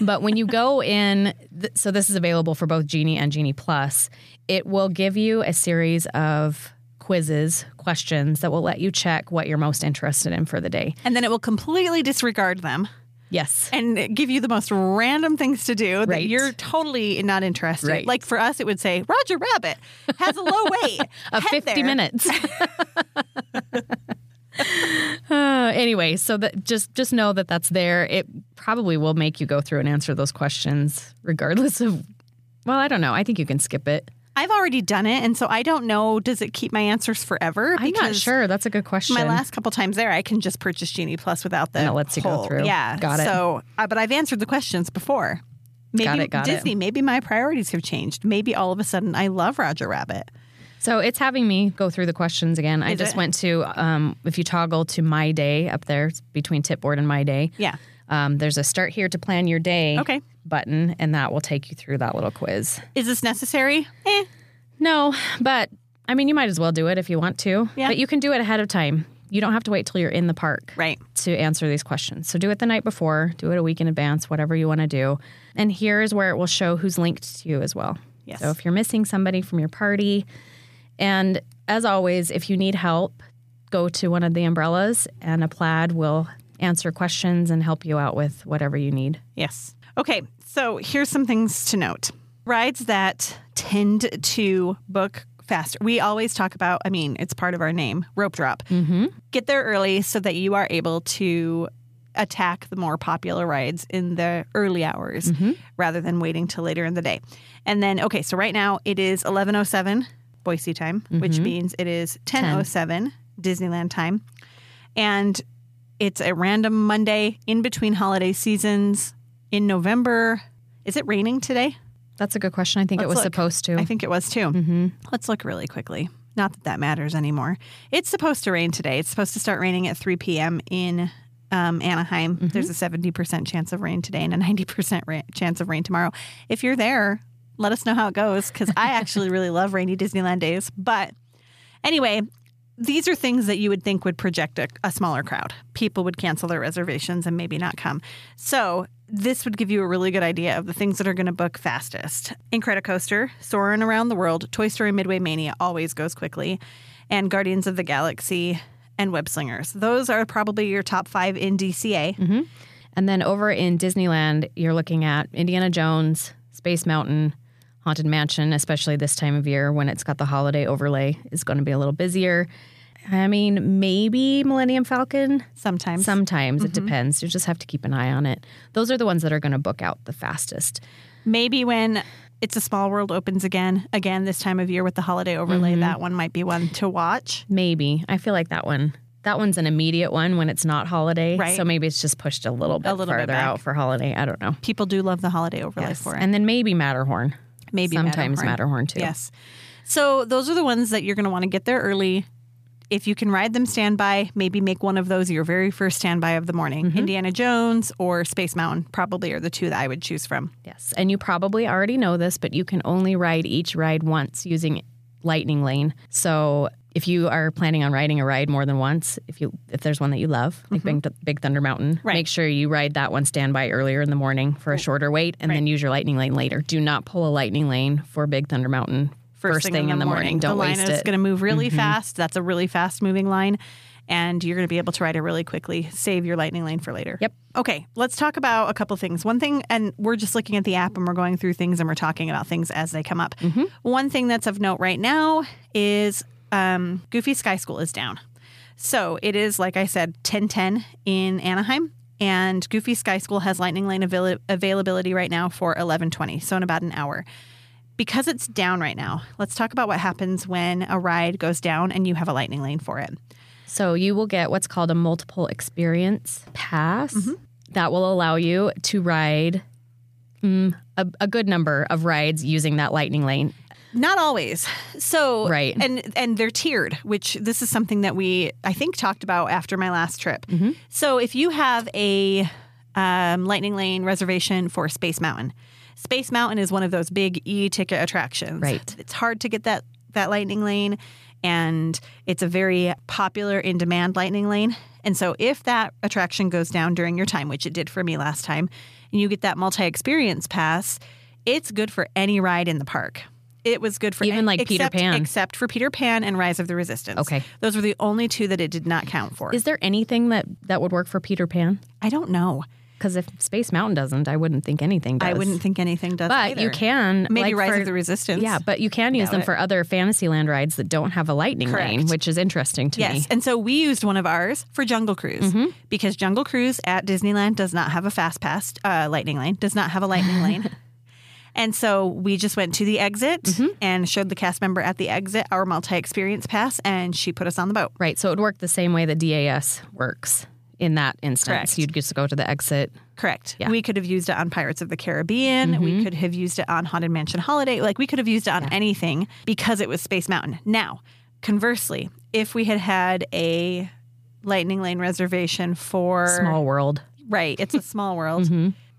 [SPEAKER 1] But when you go in, th- so this is available for both Genie and Genie Plus, it will give you a series of quizzes, questions that will let you check what you're most interested in for the day.
[SPEAKER 2] and then it will completely disregard them
[SPEAKER 1] Yes.
[SPEAKER 2] and give you the most random things to do that
[SPEAKER 1] Right.
[SPEAKER 2] you're totally not interested.
[SPEAKER 1] Right.
[SPEAKER 2] Like for us, it would say, Roger Rabbit has a low weight
[SPEAKER 1] Of
[SPEAKER 2] Head
[SPEAKER 1] 50
[SPEAKER 2] there."
[SPEAKER 1] minutes. Uh, anyway, so that just just know that that's there. It probably will make you go through and answer those questions, regardless of. Well, I don't know. I think you can skip it.
[SPEAKER 2] I've already done it. And so I don't know, does it keep my answers forever?
[SPEAKER 1] I'm not
[SPEAKER 2] Because
[SPEAKER 1] sure. That's a good question.
[SPEAKER 2] My last couple times there, I can just purchase Genie Plus without the.
[SPEAKER 1] And it lets you go
[SPEAKER 2] whole-
[SPEAKER 1] through.
[SPEAKER 2] Yeah,
[SPEAKER 1] Got it.
[SPEAKER 2] So, uh, but I've answered the questions before. Maybe
[SPEAKER 1] Got it, got it.
[SPEAKER 2] Disney. Maybe my priorities have changed. Maybe all of a sudden I love Roger Rabbit.
[SPEAKER 1] So it's having me go through the questions again. I
[SPEAKER 2] Is
[SPEAKER 1] just
[SPEAKER 2] it?
[SPEAKER 1] went to um, if you toggle to my day up there it's between Tipboard and my day.
[SPEAKER 2] Yeah.
[SPEAKER 1] Um, there's a start here to plan your day
[SPEAKER 2] Okay.
[SPEAKER 1] button, and that will take you through that little quiz.
[SPEAKER 2] Is this necessary? Eh.
[SPEAKER 1] No, but I mean you might as well do it if you want to.
[SPEAKER 2] Yeah.
[SPEAKER 1] But you can do it ahead of time. You don't have to wait till you're in the park
[SPEAKER 2] Right.
[SPEAKER 1] to answer these questions. So do it the night before, do it a week in advance, whatever you want to do. And here is where it will show who's linked to you as well.
[SPEAKER 2] Yes.
[SPEAKER 1] So if you're missing somebody from your party, and as always, if you need help, go to one of the umbrellas and a plaid will answer questions and help you out with whatever you need.
[SPEAKER 2] Yes. Okay. So here's some things to note. Rides that tend to book faster. We always talk about. I mean, it's part of our name. Rope drop.
[SPEAKER 1] Mm-hmm.
[SPEAKER 2] get there early so that you are able to attack the more popular rides in the early hours rather than waiting till later in the day. And then okay, so right now it is 1107 Boise time, which means it is 1007 Disneyland time. And it's a random Monday in between holiday seasons in November. Is it raining today?
[SPEAKER 1] That's a good question. I think it
[SPEAKER 2] Let's
[SPEAKER 1] was
[SPEAKER 2] look.
[SPEAKER 1] supposed to.
[SPEAKER 2] I think it was too. Mm-hmm. Let's look really quickly. Not that that matters anymore. It's supposed to rain today. It's supposed to start raining at 3 p.m. in um, Anaheim. There's a 70% chance of rain today and a 90% ra- chance of rain tomorrow. If you're there, let us know how it goes because I actually really love rainy Disneyland days. But anyway, these are things that you would think would project a, a smaller crowd. People would cancel their reservations and maybe not come. So this would give you a really good idea of the things that are going to book fastest. Incredicoaster, Soarin' Around the World, Toy Story Midway Mania always goes quickly, and Guardians of the Galaxy and Web Slingers. Those are probably your top five in DCA.
[SPEAKER 1] and then over in Disneyland, you're looking at Indiana Jones, Space Mountain, Haunted Mansion, especially this time of year when it's got the holiday overlay, is going to be a little busier. I mean, maybe Millennium Falcon.
[SPEAKER 2] Sometimes.
[SPEAKER 1] Sometimes
[SPEAKER 2] Mm-hmm.
[SPEAKER 1] it depends. You just have to keep an eye on it. Those are the ones that are going to book out the fastest.
[SPEAKER 2] Maybe when It's a Small World opens again, again this time of year with the holiday overlay, that one might be one to watch.
[SPEAKER 1] Maybe. I feel like that one. That one's an immediate one when it's not holiday.
[SPEAKER 2] Right.
[SPEAKER 1] So maybe it's just pushed a little bit
[SPEAKER 2] little bit
[SPEAKER 1] farther
[SPEAKER 2] back.
[SPEAKER 1] out for holiday. I don't know.
[SPEAKER 2] People do love the holiday overlay for it.
[SPEAKER 1] And then maybe Matterhorn.
[SPEAKER 2] Maybe
[SPEAKER 1] Sometimes
[SPEAKER 2] Matterhorn.
[SPEAKER 1] Matterhorn, too.
[SPEAKER 2] Yes. So those are the ones that you're going to want to get there early. If you can ride them standby, maybe make one of those your very first standby of the morning. Indiana Jones or Space Mountain probably are the two that I would choose from.
[SPEAKER 1] Yes. And you probably already know this, but you can only ride each ride once using Lightning Lane. So if you are planning on riding a ride more than once, if you if there's one that you love, like Big, Big Thunder Mountain,
[SPEAKER 2] Right.
[SPEAKER 1] make sure you ride that one standby earlier in the morning for a shorter wait and then use your Lightning Lane later. Do not pull a Lightning Lane for Big Thunder Mountain
[SPEAKER 2] first, thing, in the morning.
[SPEAKER 1] Don't
[SPEAKER 2] the
[SPEAKER 1] waste
[SPEAKER 2] line is
[SPEAKER 1] it.
[SPEAKER 2] going to move really fast. That's a really fast moving line. And you're going to be able to ride it really quickly. Save your lightning lane for later.
[SPEAKER 1] Yep.
[SPEAKER 2] Okay. Let's talk about a couple things. One thing, and we're just looking at the app and we're going through things and we're talking about things as they come up. One thing that's of note right now is um, Goofy Sky School is down. So it is, like I said, 1010 in Anaheim. And Goofy Sky School has Lightning Lane avail- availability right now for 1120, so in about an hour. Because it's down right now, let's talk about what happens when a ride goes down and you have a Lightning Lane for it.
[SPEAKER 1] So you will get what's called a multiple experience pass that will allow you to ride mm, a, a good number of rides using that lightning lane.
[SPEAKER 2] Not always. So
[SPEAKER 1] Right.
[SPEAKER 2] and and they're tiered, which this is something that we I think talked about after my last trip. So if you have a um, lightning lane reservation for Space Mountain, Space Mountain is one of those big e-ticket attractions.
[SPEAKER 1] Right.
[SPEAKER 2] It's hard to get that that lightning lane, and it's a very popular in demand lightning lane. And so if that attraction goes down during your time, which it did for me last time, and you get that multi experience pass, it's good for any ride in the park. It was good for
[SPEAKER 1] Even
[SPEAKER 2] an-
[SPEAKER 1] like Peter
[SPEAKER 2] except-
[SPEAKER 1] Pan.
[SPEAKER 2] except for Peter Pan and Rise of the Resistance.
[SPEAKER 1] Okay.
[SPEAKER 2] those were the only two that it did not count for.
[SPEAKER 1] Is there anything that that would work for Peter Pan?
[SPEAKER 2] I don't know.
[SPEAKER 1] Because if Space Mountain doesn't, I wouldn't think anything does.
[SPEAKER 2] I wouldn't think anything does.
[SPEAKER 1] But
[SPEAKER 2] either.
[SPEAKER 1] you can
[SPEAKER 2] maybe
[SPEAKER 1] like,
[SPEAKER 2] Rise
[SPEAKER 1] for-
[SPEAKER 2] of the Resistance.
[SPEAKER 1] Yeah, but you can use them
[SPEAKER 2] it.
[SPEAKER 1] for other Fantasyland rides that don't have a lightning lane,
[SPEAKER 2] Correct.
[SPEAKER 1] which is interesting to me.
[SPEAKER 2] Yes. And so we used one of ours for Jungle Cruise because Jungle Cruise at Disneyland does not have a fast pass uh, lightning lane, does not have a lightning lane. And so we just went to the exit and showed the cast member at the exit our multi experience pass, and she put us on the boat.
[SPEAKER 1] Right. So it would work the same way that DAS works in that instance.
[SPEAKER 2] Correct.
[SPEAKER 1] You'd just go to the exit.
[SPEAKER 2] Correct.
[SPEAKER 1] Yeah. Mm-hmm.
[SPEAKER 2] We could have used it on Pirates of the Caribbean. We could have used it on Haunted Mansion Holiday. Like we could have used it on anything because it was Space Mountain. Now, conversely, if we had had a Lightning Lane reservation for
[SPEAKER 1] Small Mm-hmm. world.
[SPEAKER 2] Right. It's a small world.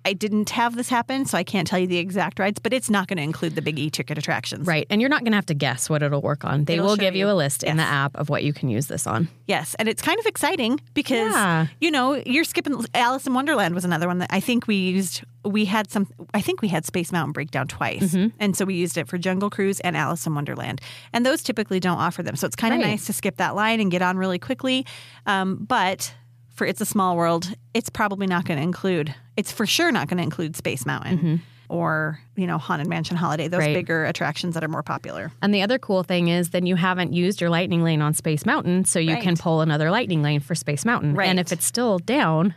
[SPEAKER 2] I didn't have this happen, so I can't tell you the exact rides, but it's not going to include the big e ticket attractions.
[SPEAKER 1] Right. And you're not going to have to guess what it'll work on. They
[SPEAKER 2] It'll
[SPEAKER 1] will
[SPEAKER 2] show
[SPEAKER 1] give you,
[SPEAKER 2] you.
[SPEAKER 1] a list in the app of what you can use this on.
[SPEAKER 2] Yes. And it's kind of exciting because,
[SPEAKER 1] Yeah.
[SPEAKER 2] you know, you're skipping Alice in Wonderland was another one that I think we used. We had some, I think we had Space Mountain Breakdown twice.
[SPEAKER 1] Mm-hmm.
[SPEAKER 2] And so we used it for Jungle Cruise and Alice in Wonderland. And those typically don't offer them. So it's kind of
[SPEAKER 1] Right.
[SPEAKER 2] nice to skip that line and get on really quickly. Um, but for It's a Small World, it's probably not going to include, it's for sure not going to include Space Mountain. Or, you know, Haunted Mansion Holiday, those
[SPEAKER 1] Mm-hmm. Right.
[SPEAKER 2] bigger attractions that are more popular.
[SPEAKER 1] And the other cool thing is then you haven't used your lightning lane on Space Mountain, so you can
[SPEAKER 2] Right.
[SPEAKER 1] pull another lightning lane for Space Mountain.
[SPEAKER 2] Right.
[SPEAKER 1] And if it's still down,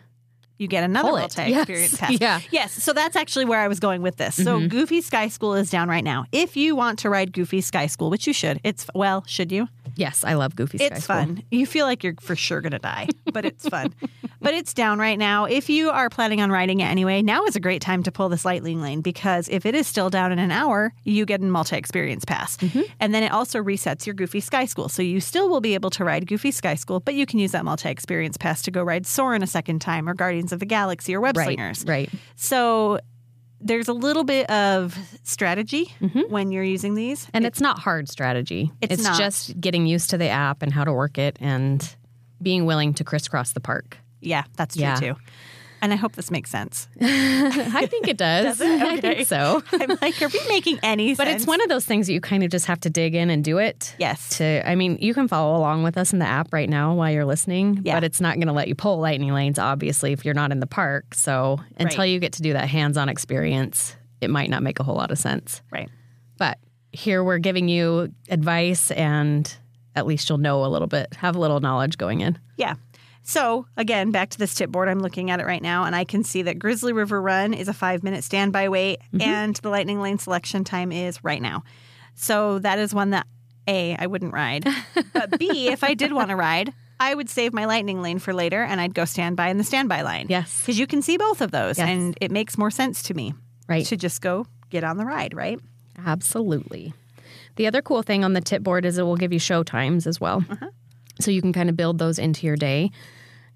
[SPEAKER 2] you get another
[SPEAKER 1] Pull it.
[SPEAKER 2] multi experience
[SPEAKER 1] Yes.
[SPEAKER 2] pass.
[SPEAKER 1] Yeah. Mm-hmm.
[SPEAKER 2] Yes. So that's actually where I was going with this. So Goofy Sky School is down right now. If you want to ride Goofy Sky School, which you should, it's well, should you?
[SPEAKER 1] yes, I love Goofy Sky
[SPEAKER 2] It's
[SPEAKER 1] School.
[SPEAKER 2] fun. You feel like you're for sure going to die, but it's fun. but it's down right now. If you are planning on riding it anyway, now is a great time to pull this lightning lane because if it is still down in an hour, you get a multi experience pass.
[SPEAKER 1] Mm-hmm.
[SPEAKER 2] And then it also resets your Goofy Sky School. So you still will be able to ride Goofy Sky School, but you can use that multi experience pass to go ride Soren a second time or Guardians of the Galaxy or Web
[SPEAKER 1] Right.
[SPEAKER 2] Slingers.
[SPEAKER 1] Right.
[SPEAKER 2] So there's a little bit of strategy when you're using these.
[SPEAKER 1] Mm-hmm. And it's not hard strategy.
[SPEAKER 2] It's not.
[SPEAKER 1] just getting used to the app and how to work it and being willing to crisscross the park.
[SPEAKER 2] Yeah, that's true
[SPEAKER 1] Yeah.
[SPEAKER 2] too. And I hope this makes sense.
[SPEAKER 1] I think it does. I think so.
[SPEAKER 2] I'm like, are we making any
[SPEAKER 1] But
[SPEAKER 2] sense?
[SPEAKER 1] it's one of those things that you kind of just have to dig in and do it.
[SPEAKER 2] Yes.
[SPEAKER 1] To I mean, you can follow along with us in the app right now while you're listening,
[SPEAKER 2] Yeah.
[SPEAKER 1] but it's not going to let you pull lightning lanes obviously if you're not in the park. So, until
[SPEAKER 2] Right.
[SPEAKER 1] you get to do that hands-on experience, it might not make a whole lot of sense.
[SPEAKER 2] Right.
[SPEAKER 1] But here we're giving you advice and at least you'll know a little bit, have a little knowledge going in.
[SPEAKER 2] Yeah. So again, back to this tip board. I'm looking at it right now, and I can see that Grizzly River Run is a five minute standby wait,
[SPEAKER 1] Mm-hmm.
[SPEAKER 2] and the Lightning Lane selection time is right now. So that is one that A, I wouldn't ride. But B, if I did want to ride, I would save my Lightning Lane for later and I'd go standby in the standby line.
[SPEAKER 1] Yes.
[SPEAKER 2] Because you can see both of those,
[SPEAKER 1] Yes.
[SPEAKER 2] and it makes more sense to me
[SPEAKER 1] Right.
[SPEAKER 2] to just go get on the ride, right?
[SPEAKER 1] Absolutely. The other cool thing on the tip board is it will give you show times as well.
[SPEAKER 2] Uh-huh.
[SPEAKER 1] So you can kind of build those into your day.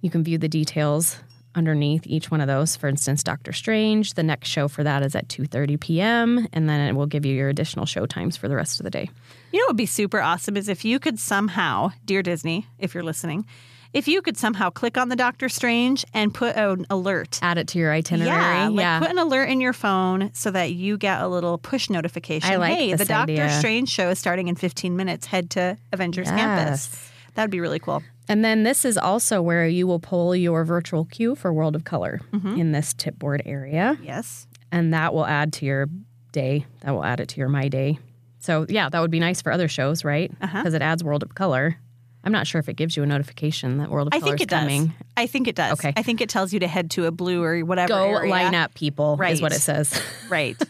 [SPEAKER 1] You can view the details underneath each one of those. For instance, Doctor Strange, the next show for that is at 2:30 p.m. and then it will give you your additional show times for the rest of the day.
[SPEAKER 2] You know what would be super awesome is if you could somehow, dear Disney, if you're listening, if you could somehow click on the Doctor Strange and put an alert.
[SPEAKER 1] Add it to your itinerary.
[SPEAKER 2] Yeah, like put an alert in your phone so that you get a little push notification.
[SPEAKER 1] I like
[SPEAKER 2] hey,
[SPEAKER 1] this
[SPEAKER 2] the Doctor
[SPEAKER 1] idea.
[SPEAKER 2] Strange show is starting in 15 minutes. Head to Avengers Campus. That would be really cool.
[SPEAKER 1] And then this is also where you will pull your virtual queue for World of Color
[SPEAKER 2] Mm-hmm.
[SPEAKER 1] in this tipboard area.
[SPEAKER 2] Yes.
[SPEAKER 1] And that will add to your day. That will add it to your My Day. So, yeah, that would be nice for other shows, right?
[SPEAKER 2] Uh-huh.
[SPEAKER 1] Because it adds World of Color. I'm not sure if it gives you a notification that World of
[SPEAKER 2] I
[SPEAKER 1] Color
[SPEAKER 2] think
[SPEAKER 1] is
[SPEAKER 2] it does.
[SPEAKER 1] coming.
[SPEAKER 2] I think it does.
[SPEAKER 1] Okay.
[SPEAKER 2] I think it tells you to head to a blue or whatever.
[SPEAKER 1] Go
[SPEAKER 2] area.
[SPEAKER 1] line up, people, is
[SPEAKER 2] Right.
[SPEAKER 1] what it says.
[SPEAKER 2] Right.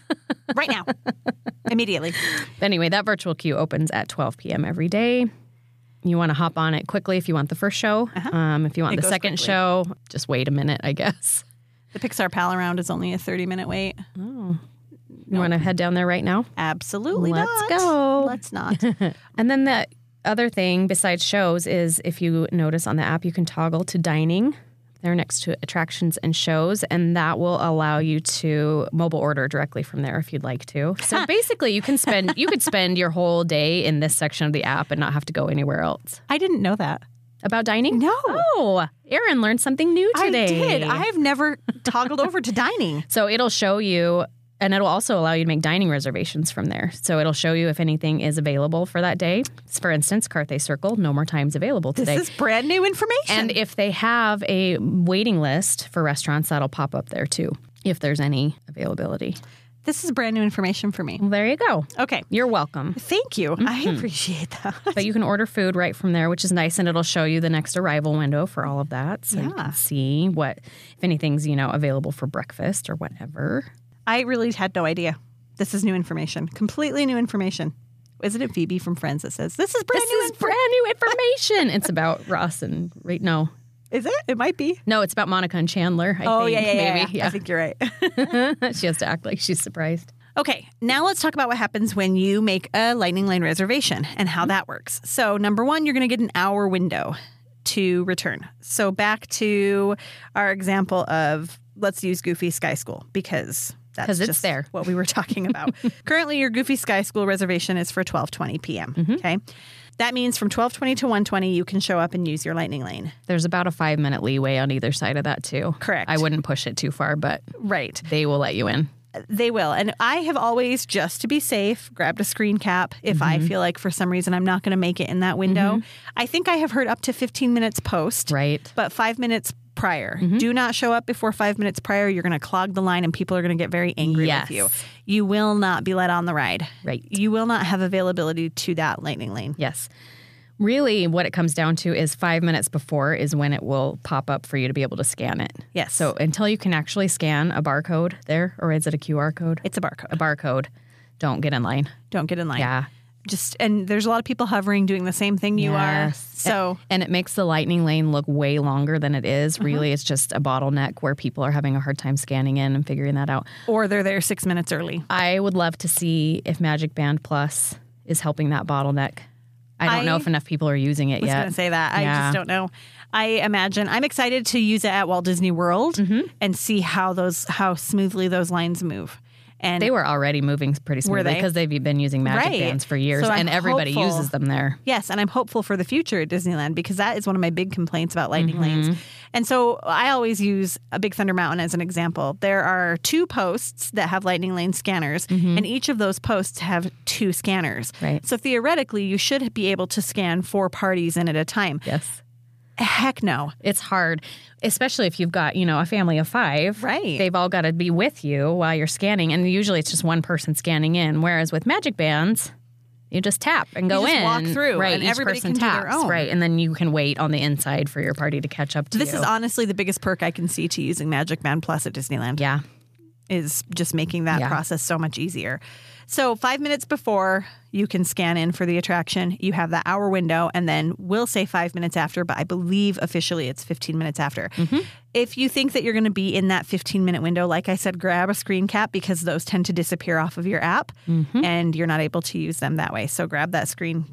[SPEAKER 2] right now. Immediately.
[SPEAKER 1] anyway, that virtual queue opens at 12 p.m. every day. You want to hop on it quickly if you want the first show. Um, if you want
[SPEAKER 2] Uh-huh. It
[SPEAKER 1] the
[SPEAKER 2] goes
[SPEAKER 1] second
[SPEAKER 2] quickly.
[SPEAKER 1] show, just wait a minute, I guess.
[SPEAKER 2] The Pixar Pal around is only a 30 minute wait.
[SPEAKER 1] You want to head down there right now?
[SPEAKER 2] Absolutely
[SPEAKER 1] Let's
[SPEAKER 2] not.
[SPEAKER 1] go.
[SPEAKER 2] Let's not.
[SPEAKER 1] And then the other thing besides shows is if you notice on the app, you can toggle to dining. They're next to attractions and shows, and that will allow you to mobile order directly from there if you'd like to. So basically, you can spend you could spend your whole day in this section of the app and not have to go anywhere else.
[SPEAKER 2] I didn't know that.
[SPEAKER 1] About dining?
[SPEAKER 2] No.
[SPEAKER 1] Oh, Erin learned something new today.
[SPEAKER 2] I did. I have never toggled over to dining.
[SPEAKER 1] So it'll show you, and it'll also allow you to make dining reservations from there. So it'll show you if anything is available for that day. For instance, Carthay Circle, no more times available today.
[SPEAKER 2] This is brand new information.
[SPEAKER 1] and if they have a waiting list for restaurants, that'll pop up there too, if there's any availability.
[SPEAKER 2] this is brand new information for me.
[SPEAKER 1] Well, there you go.
[SPEAKER 2] Okay.
[SPEAKER 1] You're welcome.
[SPEAKER 2] Thank you. I appreciate that.
[SPEAKER 1] But you can order food right from there, which is nice, and it'll show you the next arrival window for all of that, so you
[SPEAKER 2] Yeah.
[SPEAKER 1] can see what, if anything's you know available for breakfast or whatever.
[SPEAKER 2] I really had no idea. This is new information. Completely new information. Isn't it Phoebe from Friends that says this is brand
[SPEAKER 1] This
[SPEAKER 2] new?
[SPEAKER 1] is brand new information. it's about Ross and right? No,
[SPEAKER 2] is it? It might be.
[SPEAKER 1] no, it's about Monica and Chandler. I
[SPEAKER 2] Oh yeah,
[SPEAKER 1] think,
[SPEAKER 2] yeah, yeah,
[SPEAKER 1] maybe.
[SPEAKER 2] yeah. I think you're right.
[SPEAKER 1] she has to act like she's surprised.
[SPEAKER 2] Okay, now let's talk about what happens when you make a Lightning Lane reservation and how that works. So, number one, you're going to get an hour window to return. So, back to our example of let's use Goofy Sky School because that's
[SPEAKER 1] 'Cause it's
[SPEAKER 2] just
[SPEAKER 1] there.
[SPEAKER 2] what we were talking about. Currently, your Goofy Sky School reservation is for 12:20 p.m.
[SPEAKER 1] Mm-hmm.
[SPEAKER 2] Okay, that means from 12:20 to 1:20 you can show up and use your Lightning Lane.
[SPEAKER 1] There's about a five minute leeway on either side of that too.
[SPEAKER 2] Correct.
[SPEAKER 1] I wouldn't push it too far, but
[SPEAKER 2] Right.
[SPEAKER 1] they will let you in.
[SPEAKER 2] They will. And I have always, just to be safe, grabbed a screen cap if I
[SPEAKER 1] Mm-hmm.
[SPEAKER 2] feel like for some reason I'm not going to make it in that window. I think I have heard up to 15 minutes post,
[SPEAKER 1] Right. Mm-hmm.
[SPEAKER 2] but five minutes prior. Do not show up before five minutes prior. You're going to clog the line and people are going to get very angry
[SPEAKER 1] Yes.
[SPEAKER 2] with you. You will not be let on the ride.
[SPEAKER 1] Right.
[SPEAKER 2] You will not have availability to that lightning lane.
[SPEAKER 1] Yes. Really, what it comes down to is five minutes before is when it will pop up for you to be able to scan it.
[SPEAKER 2] Yes.
[SPEAKER 1] So until you can actually scan a barcode there, or is it a QR code?
[SPEAKER 2] It's a barcode.
[SPEAKER 1] a barcode. Don't get in line.
[SPEAKER 2] Don't get in line.
[SPEAKER 1] Yeah.
[SPEAKER 2] Just, and there's a lot of people hovering doing the same thing you are.
[SPEAKER 1] Yes.
[SPEAKER 2] So.
[SPEAKER 1] And it makes the lightning lane look way longer than it
[SPEAKER 2] Uh-huh.
[SPEAKER 1] is. Really, it's just a bottleneck where people are having a hard time scanning in and figuring that out.
[SPEAKER 2] Or they're there six minutes early.
[SPEAKER 1] I would love to see if Magic Band Plus is helping that bottleneck. I don't know
[SPEAKER 2] I
[SPEAKER 1] if enough people are using it
[SPEAKER 2] was
[SPEAKER 1] yet.
[SPEAKER 2] going to say that. I
[SPEAKER 1] Yeah.
[SPEAKER 2] just don't know. I imagine I'm excited to use it at Walt Disney World
[SPEAKER 1] Mm-hmm.
[SPEAKER 2] and see how those how smoothly those lines move. And
[SPEAKER 1] They were already moving pretty smoothly
[SPEAKER 2] they?
[SPEAKER 1] because they've been using Magic
[SPEAKER 2] Right.
[SPEAKER 1] Bands for years
[SPEAKER 2] So I'm
[SPEAKER 1] and everybody
[SPEAKER 2] hopeful.
[SPEAKER 1] uses them there.
[SPEAKER 2] yes, and I'm hopeful for the future at Disneyland because that is one of my big complaints about Lightning
[SPEAKER 1] Mm-hmm.
[SPEAKER 2] Lanes. And so I always use a Big Thunder Mountain as an example. There are two posts that have Lightning Lane scanners, and each of those posts have two scanners.
[SPEAKER 1] Mm-hmm. Right.
[SPEAKER 2] So theoretically, you should be able to scan four parties in at a time.
[SPEAKER 1] Yes.
[SPEAKER 2] Heck no.
[SPEAKER 1] It's hard, especially if you've got, you know, a family of five.
[SPEAKER 2] Right.
[SPEAKER 1] They've all got to be with you while you're scanning. And usually it's just one person scanning in. Whereas with Magic Bands, you just tap and go
[SPEAKER 2] You just
[SPEAKER 1] in.
[SPEAKER 2] walk through
[SPEAKER 1] Right.
[SPEAKER 2] and
[SPEAKER 1] Each
[SPEAKER 2] everybody
[SPEAKER 1] person
[SPEAKER 2] can do
[SPEAKER 1] taps.
[SPEAKER 2] their own.
[SPEAKER 1] Right. And then you can wait on the inside for your party to catch up to
[SPEAKER 2] This
[SPEAKER 1] you.
[SPEAKER 2] is honestly the biggest perk I can see to using Magic Man Plus at Disneyland
[SPEAKER 1] yeah.
[SPEAKER 2] is just making that
[SPEAKER 1] Yeah.
[SPEAKER 2] process so much easier. So, five minutes before you can scan in for the attraction, you have that hour window, and then we'll say five minutes after, but I believe officially it's 15 minutes after.
[SPEAKER 1] Mm-hmm.
[SPEAKER 2] If you think that you're going to be in that 15 minute window, like I said, grab a screen cap because those tend to disappear off of your app
[SPEAKER 1] Mm-hmm.
[SPEAKER 2] and you're not able to use them that way. So, grab that screen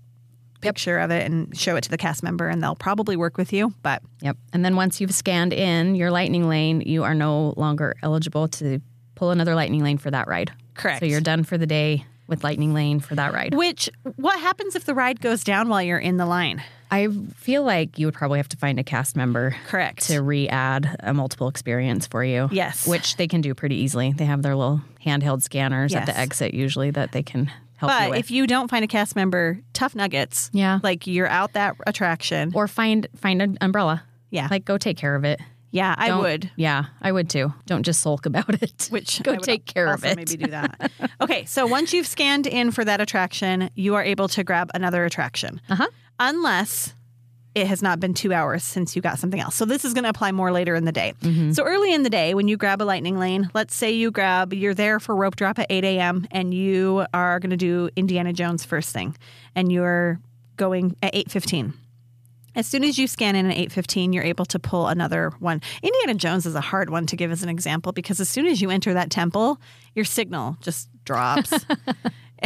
[SPEAKER 2] picture of it and show it to the cast member, and they'll probably work with you, but
[SPEAKER 1] Yep. And then once you've scanned in your lightning lane, you are no longer eligible to pull another lightning lane for that ride.
[SPEAKER 2] Correct.
[SPEAKER 1] So you're done for the day with lightning lane for that ride.
[SPEAKER 2] Which, what happens if the ride goes down while you're in the line?
[SPEAKER 1] I feel like you would probably have to find a cast member
[SPEAKER 2] Correct.
[SPEAKER 1] to re-add a multiple experience for you.
[SPEAKER 2] Yes.
[SPEAKER 1] which they can do pretty easily. They have their little handheld scanners at the
[SPEAKER 2] Yes.
[SPEAKER 1] exit usually that they can help you
[SPEAKER 2] but
[SPEAKER 1] with.
[SPEAKER 2] if you don't find a cast member, tough nuggets.
[SPEAKER 1] Yeah.
[SPEAKER 2] Like you're out that attraction.
[SPEAKER 1] or find find an umbrella.
[SPEAKER 2] yeah.
[SPEAKER 1] Like go take care of it.
[SPEAKER 2] yeah, I
[SPEAKER 1] Don't-
[SPEAKER 2] would.
[SPEAKER 1] Yeah, I would too. Don't just sulk about it.
[SPEAKER 2] Which
[SPEAKER 1] go
[SPEAKER 2] I would
[SPEAKER 1] take care of
[SPEAKER 2] also
[SPEAKER 1] it.
[SPEAKER 2] Maybe do that. okay, so once you've scanned in for that attraction, you are able to grab another attraction,
[SPEAKER 1] Uh-huh.
[SPEAKER 2] unless it has not been two hours since you got something else. So this is going to apply more later in the day.
[SPEAKER 1] Mm-hmm.
[SPEAKER 2] So early in the day, when you grab a lightning lane, let's say you grab you're there for rope drop at eight a.m. and you are going to do Indiana Jones first thing, and you're going at eight fifteen. As soon as you scan in at 815, you're able to pull another one. Indiana Jones is a hard one to give as an example because as soon as you enter that temple, your signal just drops.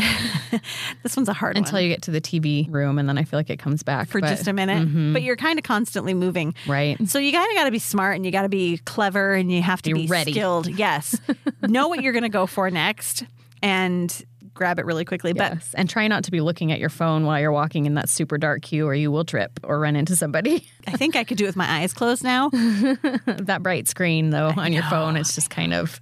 [SPEAKER 2] this one's a hard
[SPEAKER 1] Until
[SPEAKER 2] one
[SPEAKER 1] you get to the TV room, and then I feel like it comes back
[SPEAKER 2] for
[SPEAKER 1] but- mm-hmm.
[SPEAKER 2] just a minute, but you're kind of constantly moving.
[SPEAKER 1] right.
[SPEAKER 2] So you kind of got to be smart and you got to be clever and you have to
[SPEAKER 1] Be
[SPEAKER 2] be,
[SPEAKER 1] ready.
[SPEAKER 2] skilled. Yes. know what you're going to go for next and grab it really quickly. But
[SPEAKER 1] Yes, and try not to be looking at your phone while you're walking in that super dark queue, or you will trip or run into somebody.
[SPEAKER 2] I think I could do it with my eyes closed now.
[SPEAKER 1] that bright screen, though, on your phone, it's just kind of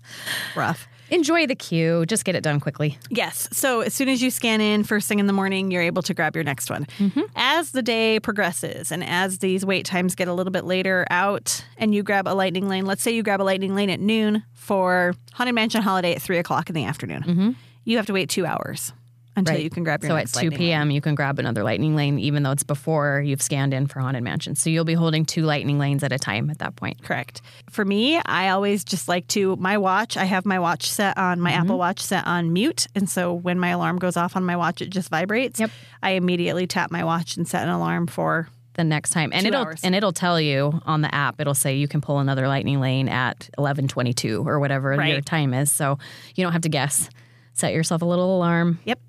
[SPEAKER 2] Rough.
[SPEAKER 1] enjoy the queue. Just get it done quickly.
[SPEAKER 2] Yes. So as soon as you scan in first thing in the morning, you're able to grab your next one.
[SPEAKER 1] Mm-hmm.
[SPEAKER 2] As the day progresses and as these wait times get a little bit later out and you grab a lightning lane, let's say you grab a lightning lane at noon for Haunted Mansion Holiday at three o'clock in the afternoon. You have to wait two hours until
[SPEAKER 1] Mm-hmm. Right.
[SPEAKER 2] you can grab your
[SPEAKER 1] So at
[SPEAKER 2] next
[SPEAKER 1] 2
[SPEAKER 2] lightning lane.
[SPEAKER 1] p.m., you can grab another lightning lane, even though it's before you've scanned in for Haunted Mansion. So you'll be holding two lightning lanes at a time at that point.
[SPEAKER 2] Correct. For me, I always just like to my watch. I have my watch set on
[SPEAKER 1] Mm-hmm.
[SPEAKER 2] my Apple Watch set on mute, and so when my alarm goes off on my watch, it just vibrates.
[SPEAKER 1] Yep.
[SPEAKER 2] I immediately tap my watch and set an alarm for.
[SPEAKER 1] The next time, and
[SPEAKER 2] Two
[SPEAKER 1] it'll
[SPEAKER 2] hours.
[SPEAKER 1] and it'll tell you on the app. It'll say you can pull another lightning lane at eleven twenty two or whatever your
[SPEAKER 2] Right.
[SPEAKER 1] time is. So you don't have to guess. Set yourself a little alarm,
[SPEAKER 2] Yep.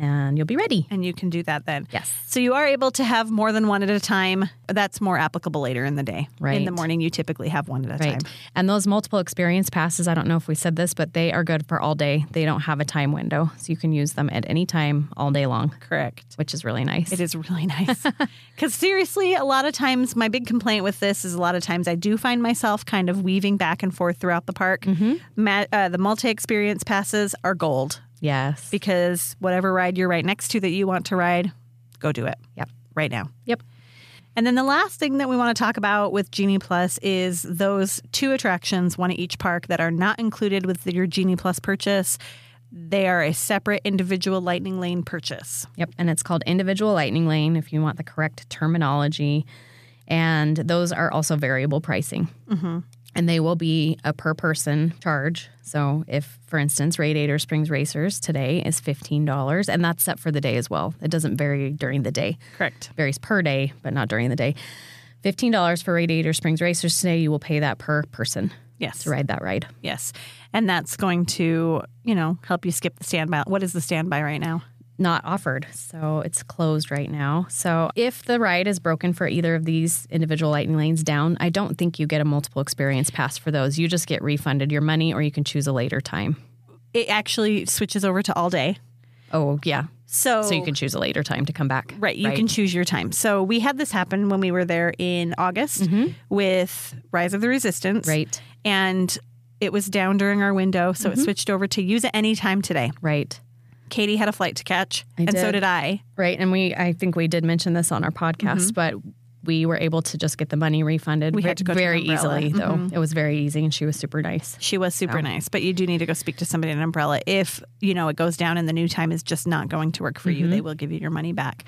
[SPEAKER 1] and you'll be ready.
[SPEAKER 2] And you can do that then.
[SPEAKER 1] Yes.
[SPEAKER 2] So you are able to have more than one at a time. That's more applicable later in the day. In
[SPEAKER 1] Right.
[SPEAKER 2] the morning, you typically have one at a time.
[SPEAKER 1] And those multiple experience passes, I don't know if we said this, but they are good for all day. They don't have a time window. So you can use them at any time all day long,
[SPEAKER 2] Correct.
[SPEAKER 1] which is really nice.
[SPEAKER 2] It is really nice. Because seriously, a lot of times, my big complaint with this is a lot of times I do find myself kind of weaving back and forth throughout the park.
[SPEAKER 1] Mm-hmm.
[SPEAKER 2] Ma- uh, the multi experience passes are gold
[SPEAKER 1] Yes.
[SPEAKER 2] because whatever ride you're right next to that you want to ride, go do it.
[SPEAKER 1] Yep.
[SPEAKER 2] Right now.
[SPEAKER 1] Yep.
[SPEAKER 2] And then the last thing that we want to talk about with Genie Plus is those two attractions, one at each park, that are not included with your Genie Plus purchase. They are a separate individual Lightning Lane purchase.
[SPEAKER 1] Yep. And it's called individual lightning lane if you want the correct terminology. And those are also variable pricing. And they will be a per person charge. So, if, for instance, Radiator Springs Racers today is $15, and that's set for the day as well. It doesn't vary during the day.
[SPEAKER 2] Correct.
[SPEAKER 1] varies per day, but not during the day. $15 for Radiator Springs Racers today. You will pay that per person
[SPEAKER 2] Yes.
[SPEAKER 1] to ride that ride.
[SPEAKER 2] Yes. And that's going to, you know, help you skip the standby. What is the standby right now?
[SPEAKER 1] Not offered. So it's closed right now. So if the ride is broken for either of these individual lightning lanes down, I don't think you get a multiple experience pass for those. You just get refunded your money or you can choose a later time.
[SPEAKER 2] It actually switches over to all day.
[SPEAKER 1] Oh, yeah.
[SPEAKER 2] So,
[SPEAKER 1] So you can choose a later time to come back.
[SPEAKER 2] Right. You can choose your time. So we had this happen when we were there in August with Rise of the Resistance.
[SPEAKER 1] Right.
[SPEAKER 2] And it was down during our window. So it switched over to use it any time today.
[SPEAKER 1] Right.
[SPEAKER 2] Katie had a flight to catch, and so
[SPEAKER 1] did.
[SPEAKER 2] did I.
[SPEAKER 1] Right. And we, I think we did mention this on our podcast, but we were able to just get the money refunded
[SPEAKER 2] Mm-hmm. We
[SPEAKER 1] ve-
[SPEAKER 2] had to go to an
[SPEAKER 1] very
[SPEAKER 2] umbrella. Mm-hmm.
[SPEAKER 1] easily, though. It was very easy and she was super nice.
[SPEAKER 2] She was super nice, but you do need to go speak to somebody in Umbrella. If, you know, it goes down and the new time is just not going to work for you, they will give you your money back.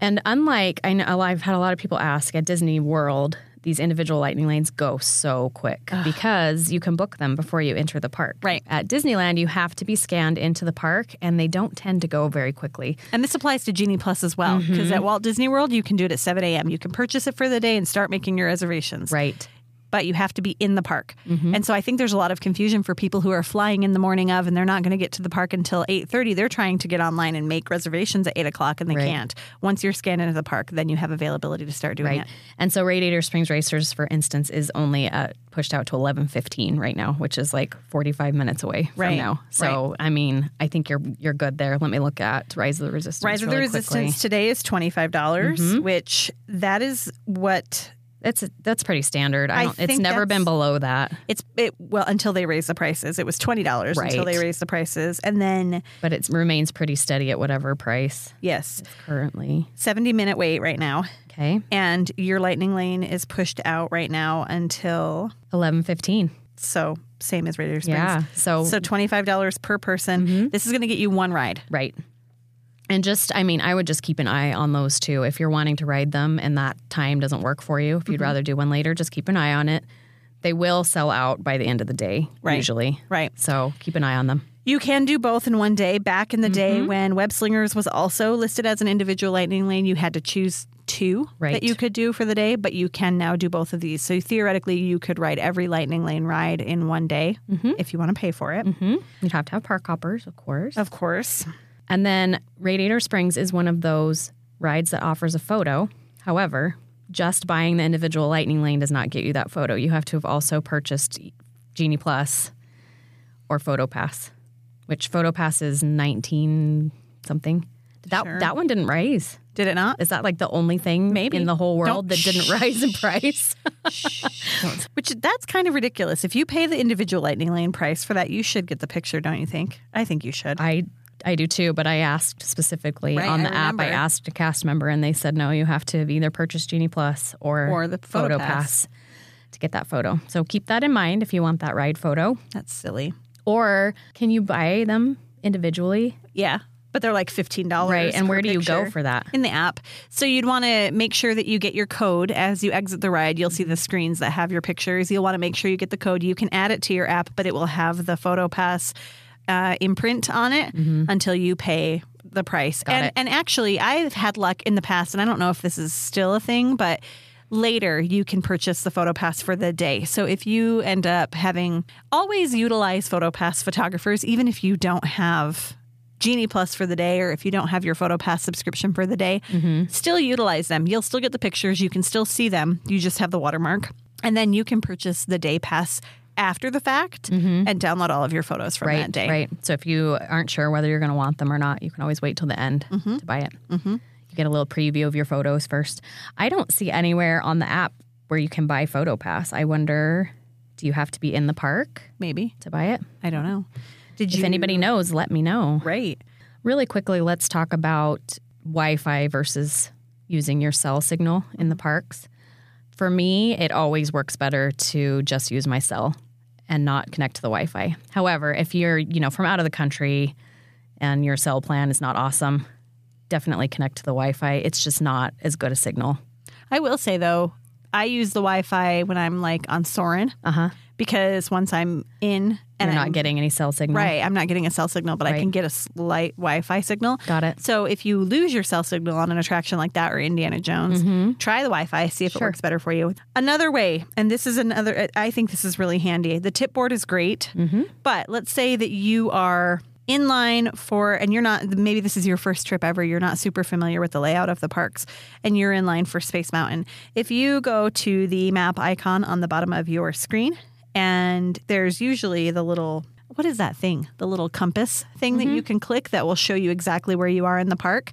[SPEAKER 1] And unlike, I know I've had a lot of people ask at Disney World, these individual lightning lanes go so quick because you can book them before you enter the park.
[SPEAKER 2] Right.
[SPEAKER 1] At Disneyland, you have to be scanned into the park and they don't tend to go very quickly.
[SPEAKER 2] And this applies to Genie Plus as well, because at Walt Disney World, you can do it at 7 a.m. You can purchase it for the day and start making your reservations.
[SPEAKER 1] Right.
[SPEAKER 2] but you have to be in the park.
[SPEAKER 1] Mm-hmm.
[SPEAKER 2] And so I think there's a lot of confusion for people who are flying in the morning of and they're not going to get to the park until 8.30. They're trying to get online and make reservations at 8 o'clock and they
[SPEAKER 1] Right.
[SPEAKER 2] can't. Once you're scanned into the park, then you have availability to start doing
[SPEAKER 1] right?
[SPEAKER 2] it.
[SPEAKER 1] And so Radiator Springs Racers, for instance, is only uh, pushed out to eleven fifteen right now, which is like forty five minutes away
[SPEAKER 2] Right,
[SPEAKER 1] from now. So I mean, I think you're you're good there. Let me look at Rise of the Resistance.
[SPEAKER 2] Rise of the
[SPEAKER 1] really
[SPEAKER 2] Resistance
[SPEAKER 1] quickly. Mm-hmm.
[SPEAKER 2] today is $25, dollars which that is what
[SPEAKER 1] That's that's pretty standard. I
[SPEAKER 2] I
[SPEAKER 1] don't, it's
[SPEAKER 2] think
[SPEAKER 1] never been
[SPEAKER 2] that's-
[SPEAKER 1] below that,
[SPEAKER 2] it's it well until they raise the prices. It was $20 until
[SPEAKER 1] Right.
[SPEAKER 2] they raised the prices and then
[SPEAKER 1] but it remains pretty steady at whatever price
[SPEAKER 2] yes,
[SPEAKER 1] currently.
[SPEAKER 2] 70 minute wait right now.
[SPEAKER 1] Okay,
[SPEAKER 2] And your lightning lane is pushed out right now until
[SPEAKER 1] eleven fifteen.
[SPEAKER 2] so same as Radiator Springs.
[SPEAKER 1] Yeah, Mm-hmm. so,
[SPEAKER 2] So $25 per person. This is going to get you one ride.
[SPEAKER 1] right. And just, I mean, I would just keep an eye on those two. If you're wanting to ride them and that time doesn't work for you, if
[SPEAKER 2] Mm-hmm.
[SPEAKER 1] you'd rather do one later, just keep an eye on it. They will sell out by the end of the day,
[SPEAKER 2] Right.
[SPEAKER 1] usually.
[SPEAKER 2] Right.
[SPEAKER 1] So keep an eye on them.
[SPEAKER 2] You can do both in one day. Back in the
[SPEAKER 1] Mm-hmm.
[SPEAKER 2] day when Web Slingers was also listed as an individual lightning lane, you had to choose two
[SPEAKER 1] Right.
[SPEAKER 2] that you could do for the day, but you can now do both of these. So theoretically, you could ride every lightning lane ride in one day
[SPEAKER 1] Mm-hmm.
[SPEAKER 2] if you want to pay for it,
[SPEAKER 1] hmm You'd have to have park hoppers, of course.
[SPEAKER 2] of course.
[SPEAKER 1] And then Radiator Springs is one of those rides that offers a photo. However, just buying the individual Lightning Lane does not get you that photo. You have to have also purchased Genie Plus or Photo Pass, which Photo Pass is 19 something. That that one didn't rise.
[SPEAKER 2] Did it not?
[SPEAKER 1] Is that like the only thing
[SPEAKER 2] Maybe.
[SPEAKER 1] in the whole world
[SPEAKER 2] Don't-
[SPEAKER 1] that didn't rise in price?
[SPEAKER 2] Which that's kind of ridiculous. If you pay the individual lightning lane price for that, you should get the picture, don't you think? I think you should.
[SPEAKER 1] I I do too, but I asked specifically
[SPEAKER 2] Right,
[SPEAKER 1] on
[SPEAKER 2] I
[SPEAKER 1] the app. I
[SPEAKER 2] remember.
[SPEAKER 1] asked a cast member, and they said no. You have to have either purchase Genie Plus or
[SPEAKER 2] Or the photo
[SPEAKER 1] pass to get that photo. So keep that in mind if you want that ride photo.
[SPEAKER 2] That's silly.
[SPEAKER 1] Or can you buy them individually?
[SPEAKER 2] Yeah. But they're like $15.
[SPEAKER 1] Right, and
[SPEAKER 2] per
[SPEAKER 1] where do you go
[SPEAKER 2] picture.
[SPEAKER 1] for that?
[SPEAKER 2] In the app. So you'd want to make sure that you get your code as you exit the ride. You'll see the screens that have your pictures. You'll want to make sure you get the code. You can add it to your app, but it will have the PhotoPass uh, imprint on it until you pay the price. and,
[SPEAKER 1] Mm-hmm. it.
[SPEAKER 2] and actually, I've had luck in the past, and I don't know if this is still a thing, but later you can purchase the PhotoPass for the day. So if you end up having, always utilize PhotoPass photographers, even if you don't have Genie Plus for the day, or if you don't have your PhotoPass subscription for the day,
[SPEAKER 1] Mm-hmm.
[SPEAKER 2] still utilize them. You'll still get the pictures. You can still see them. You just have the watermark. And then you can purchase the day pass after the fact and download all of your photos from
[SPEAKER 1] Mm-hmm. Right,
[SPEAKER 2] that day.
[SPEAKER 1] right. So if you aren't sure whether you're going to want them or not, you can always wait till the end to buy it. Mm-hmm. You get a little preview of your photos first. I don't see anywhere on the app where you can buy Photo Pass. I wonder, do you have to be in the park
[SPEAKER 2] Maybe.
[SPEAKER 1] to buy it?
[SPEAKER 2] I don't know. Did
[SPEAKER 1] If anybody knows, let me know.
[SPEAKER 2] Right.
[SPEAKER 1] Really quickly, let's talk about Wi Fi versus using your cell signal in the parks. For me, it always works better to just use my cell and not connect to the Wi Fi. However, if you're, you know, from out of the country and your cell plan is not awesome, definitely connect to the Wi Fi. It's just not as good a signal.
[SPEAKER 2] I will say though, I use the Wi Fi when I'm like on Soren
[SPEAKER 1] Uh-huh.
[SPEAKER 2] because once I'm in and
[SPEAKER 1] You're not
[SPEAKER 2] I'm
[SPEAKER 1] getting any cell signal.
[SPEAKER 2] Right. I'm not getting a cell signal, but I
[SPEAKER 1] Right.
[SPEAKER 2] can get a slight Wi Fi signal.
[SPEAKER 1] Got it.
[SPEAKER 2] So if you lose your cell signal on an attraction like that or Indiana Jones, try the Wi Fi, see if it works better for you. Another way, and this is another, uh, I think this is really handy. The tip board is great, but let's say that you are in line for, and you're not, maybe this is your first trip ever, you're not super familiar with the layout of the parks, and you're in line for Space Mountain. If you go to the map icon on the bottom of your screen, and there's usually the little what is that thing? The little compass thing that you can click that will show you exactly where you are in the park.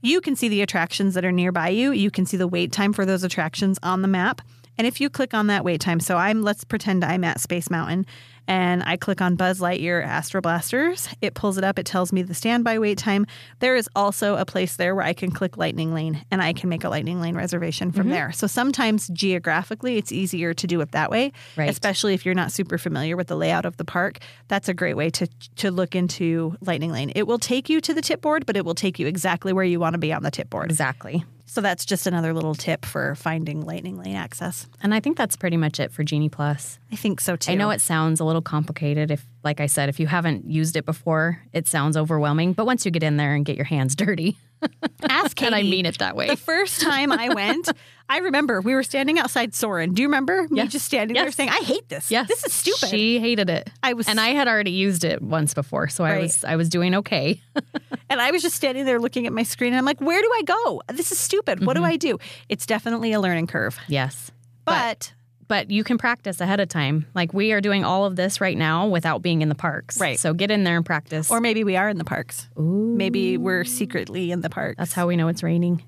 [SPEAKER 2] You can see the attractions that are nearby you. You can see the wait time for those attractions on the map. And if you click on that wait time, so I'm let's pretend I'm at Space Mountain and I click on Buzz Lightyear Astro Blasters, it pulls it up, it tells me the standby wait time. There is also a place there where I can click Lightning Lane and I can make a Lightning Lane reservation from there. So sometimes geographically it's easier to do it that way,
[SPEAKER 1] Right.
[SPEAKER 2] especially if you're not super familiar with the layout of the park. That's a great way to to look into Lightning Lane. It will take you to the tip board, but it will take you exactly where you want to be on the tip board.
[SPEAKER 1] Exactly.
[SPEAKER 2] So that's just another little tip for finding Lightning Lane access.
[SPEAKER 1] And I think that's pretty much it for Genie Plus.
[SPEAKER 2] I think so too.
[SPEAKER 1] I know it sounds a little complicated. If, like I said, if you haven't used it before, it sounds overwhelming. But once you get in there and get your hands dirty,
[SPEAKER 2] Ask Katie.
[SPEAKER 1] and I mean it that way.
[SPEAKER 2] The first time I went, I remember we were standing outside Soren. Do you remember me
[SPEAKER 1] Yes.
[SPEAKER 2] just standing there
[SPEAKER 1] Yes.
[SPEAKER 2] saying, "I hate this.
[SPEAKER 1] Yes,
[SPEAKER 2] This is stupid."
[SPEAKER 1] She hated it.
[SPEAKER 2] I was
[SPEAKER 1] and I had already used it once before, so I
[SPEAKER 2] Right.
[SPEAKER 1] was I was doing okay.
[SPEAKER 2] And I was just standing there looking at my screen and I'm like, where do I go? This is stupid. What
[SPEAKER 1] Mm-hmm.
[SPEAKER 2] do I do? It's definitely a learning curve.
[SPEAKER 1] yes,
[SPEAKER 2] But,
[SPEAKER 1] but you can practice ahead of time. Like we are doing all of this right now without being in the parks.
[SPEAKER 2] Right.
[SPEAKER 1] So get in there and practice.
[SPEAKER 2] or maybe we are in the parks. Maybe we're secretly in the parks.
[SPEAKER 1] That's how we know it's raining.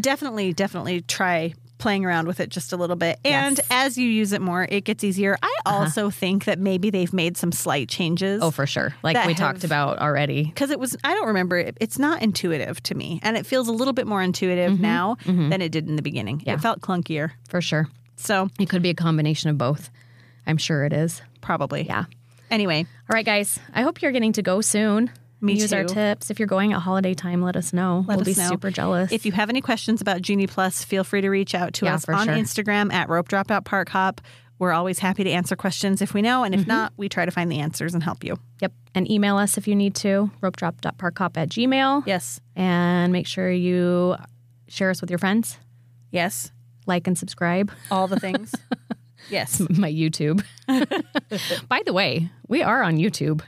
[SPEAKER 2] definitely, definitely try playing around with it just a little bit. And as you use it more, it gets easier. I also think that maybe they've made some slight changes.
[SPEAKER 1] Uh-huh. Oh, for sure. Like
[SPEAKER 2] That
[SPEAKER 1] we
[SPEAKER 2] have-
[SPEAKER 1] talked about already.
[SPEAKER 2] because it was I don't remember it, it's not intuitive to me and it feels a little bit more intuitive
[SPEAKER 1] Mm-hmm.
[SPEAKER 2] now than it did in the beginning. It felt clunkier.
[SPEAKER 1] For sure.
[SPEAKER 2] So,
[SPEAKER 1] It could be a combination of both. I'm sure it is.
[SPEAKER 2] probably.
[SPEAKER 1] Yeah.
[SPEAKER 2] Anyway,
[SPEAKER 1] All right, guys. I hope you're getting to go soon.
[SPEAKER 2] Me
[SPEAKER 1] Use our
[SPEAKER 2] too.
[SPEAKER 1] tips. If you're going at holiday time, let us know.
[SPEAKER 2] Let
[SPEAKER 1] we'll
[SPEAKER 2] us
[SPEAKER 1] be
[SPEAKER 2] know.
[SPEAKER 1] super jealous.
[SPEAKER 2] If you have any questions about Genie Plus, feel free to reach out to
[SPEAKER 1] Yeah,
[SPEAKER 2] us
[SPEAKER 1] for
[SPEAKER 2] on
[SPEAKER 1] sure.
[SPEAKER 2] Instagram at Rope Dropout Park Hop. We're always happy to answer questions if we know, and if not, we try to find the answers and help you.
[SPEAKER 1] yep. And email us if you need to. Ropedrop.parkhop at gmail.
[SPEAKER 2] Yes,
[SPEAKER 1] And make sure you share us with your friends.
[SPEAKER 2] yes,
[SPEAKER 1] Like and subscribe.
[SPEAKER 2] all the things. yes,
[SPEAKER 1] My YouTube. By the way, we are on YouTube.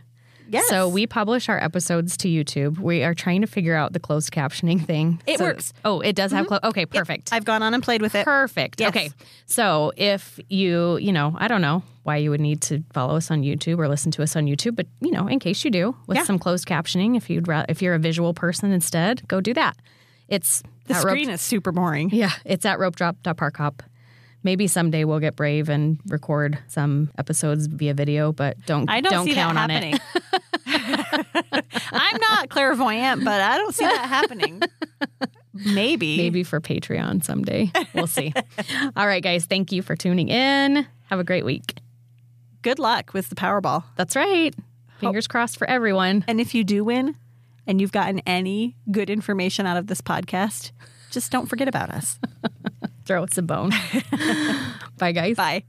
[SPEAKER 2] yes.
[SPEAKER 1] So we publish our episodes to YouTube. We are trying to figure out the closed captioning thing.
[SPEAKER 2] It
[SPEAKER 1] So-
[SPEAKER 2] works. Mm-hmm.
[SPEAKER 1] Oh, it does have closed. Okay, perfect.
[SPEAKER 2] I've gone on and played with it.
[SPEAKER 1] Perfect.
[SPEAKER 2] Eh, Yes.
[SPEAKER 1] Okay. So if you, you know, I don't know why you would need to follow us on YouTube or listen to us on YouTube, but you know, in case you do, with
[SPEAKER 2] Yeah.
[SPEAKER 1] some closed captioning, if you'd ra- if you're a visual person instead, go do that. It's
[SPEAKER 2] The
[SPEAKER 1] at
[SPEAKER 2] screen
[SPEAKER 1] Rope,
[SPEAKER 2] is super boring.
[SPEAKER 1] yeah, it's at ropedrop.parkhop. Maybe someday we'll get brave and record some episodes via video, but don't
[SPEAKER 2] I don't, see
[SPEAKER 1] count
[SPEAKER 2] that
[SPEAKER 1] on it.
[SPEAKER 2] happening. I'm not clairvoyant, but I don't see that happening. Maybe.
[SPEAKER 1] Maybe for Patreon someday. We'll see. All right, guys. Thank you for tuning in. Have a great week.
[SPEAKER 2] Good luck with the Powerball.
[SPEAKER 1] That's right. Fingers crossed for everyone.
[SPEAKER 2] And if you do win and you've gotten any good information out of this podcast, just don't forget about us.
[SPEAKER 1] Throw us a bone. Bye, guys.
[SPEAKER 2] Bye.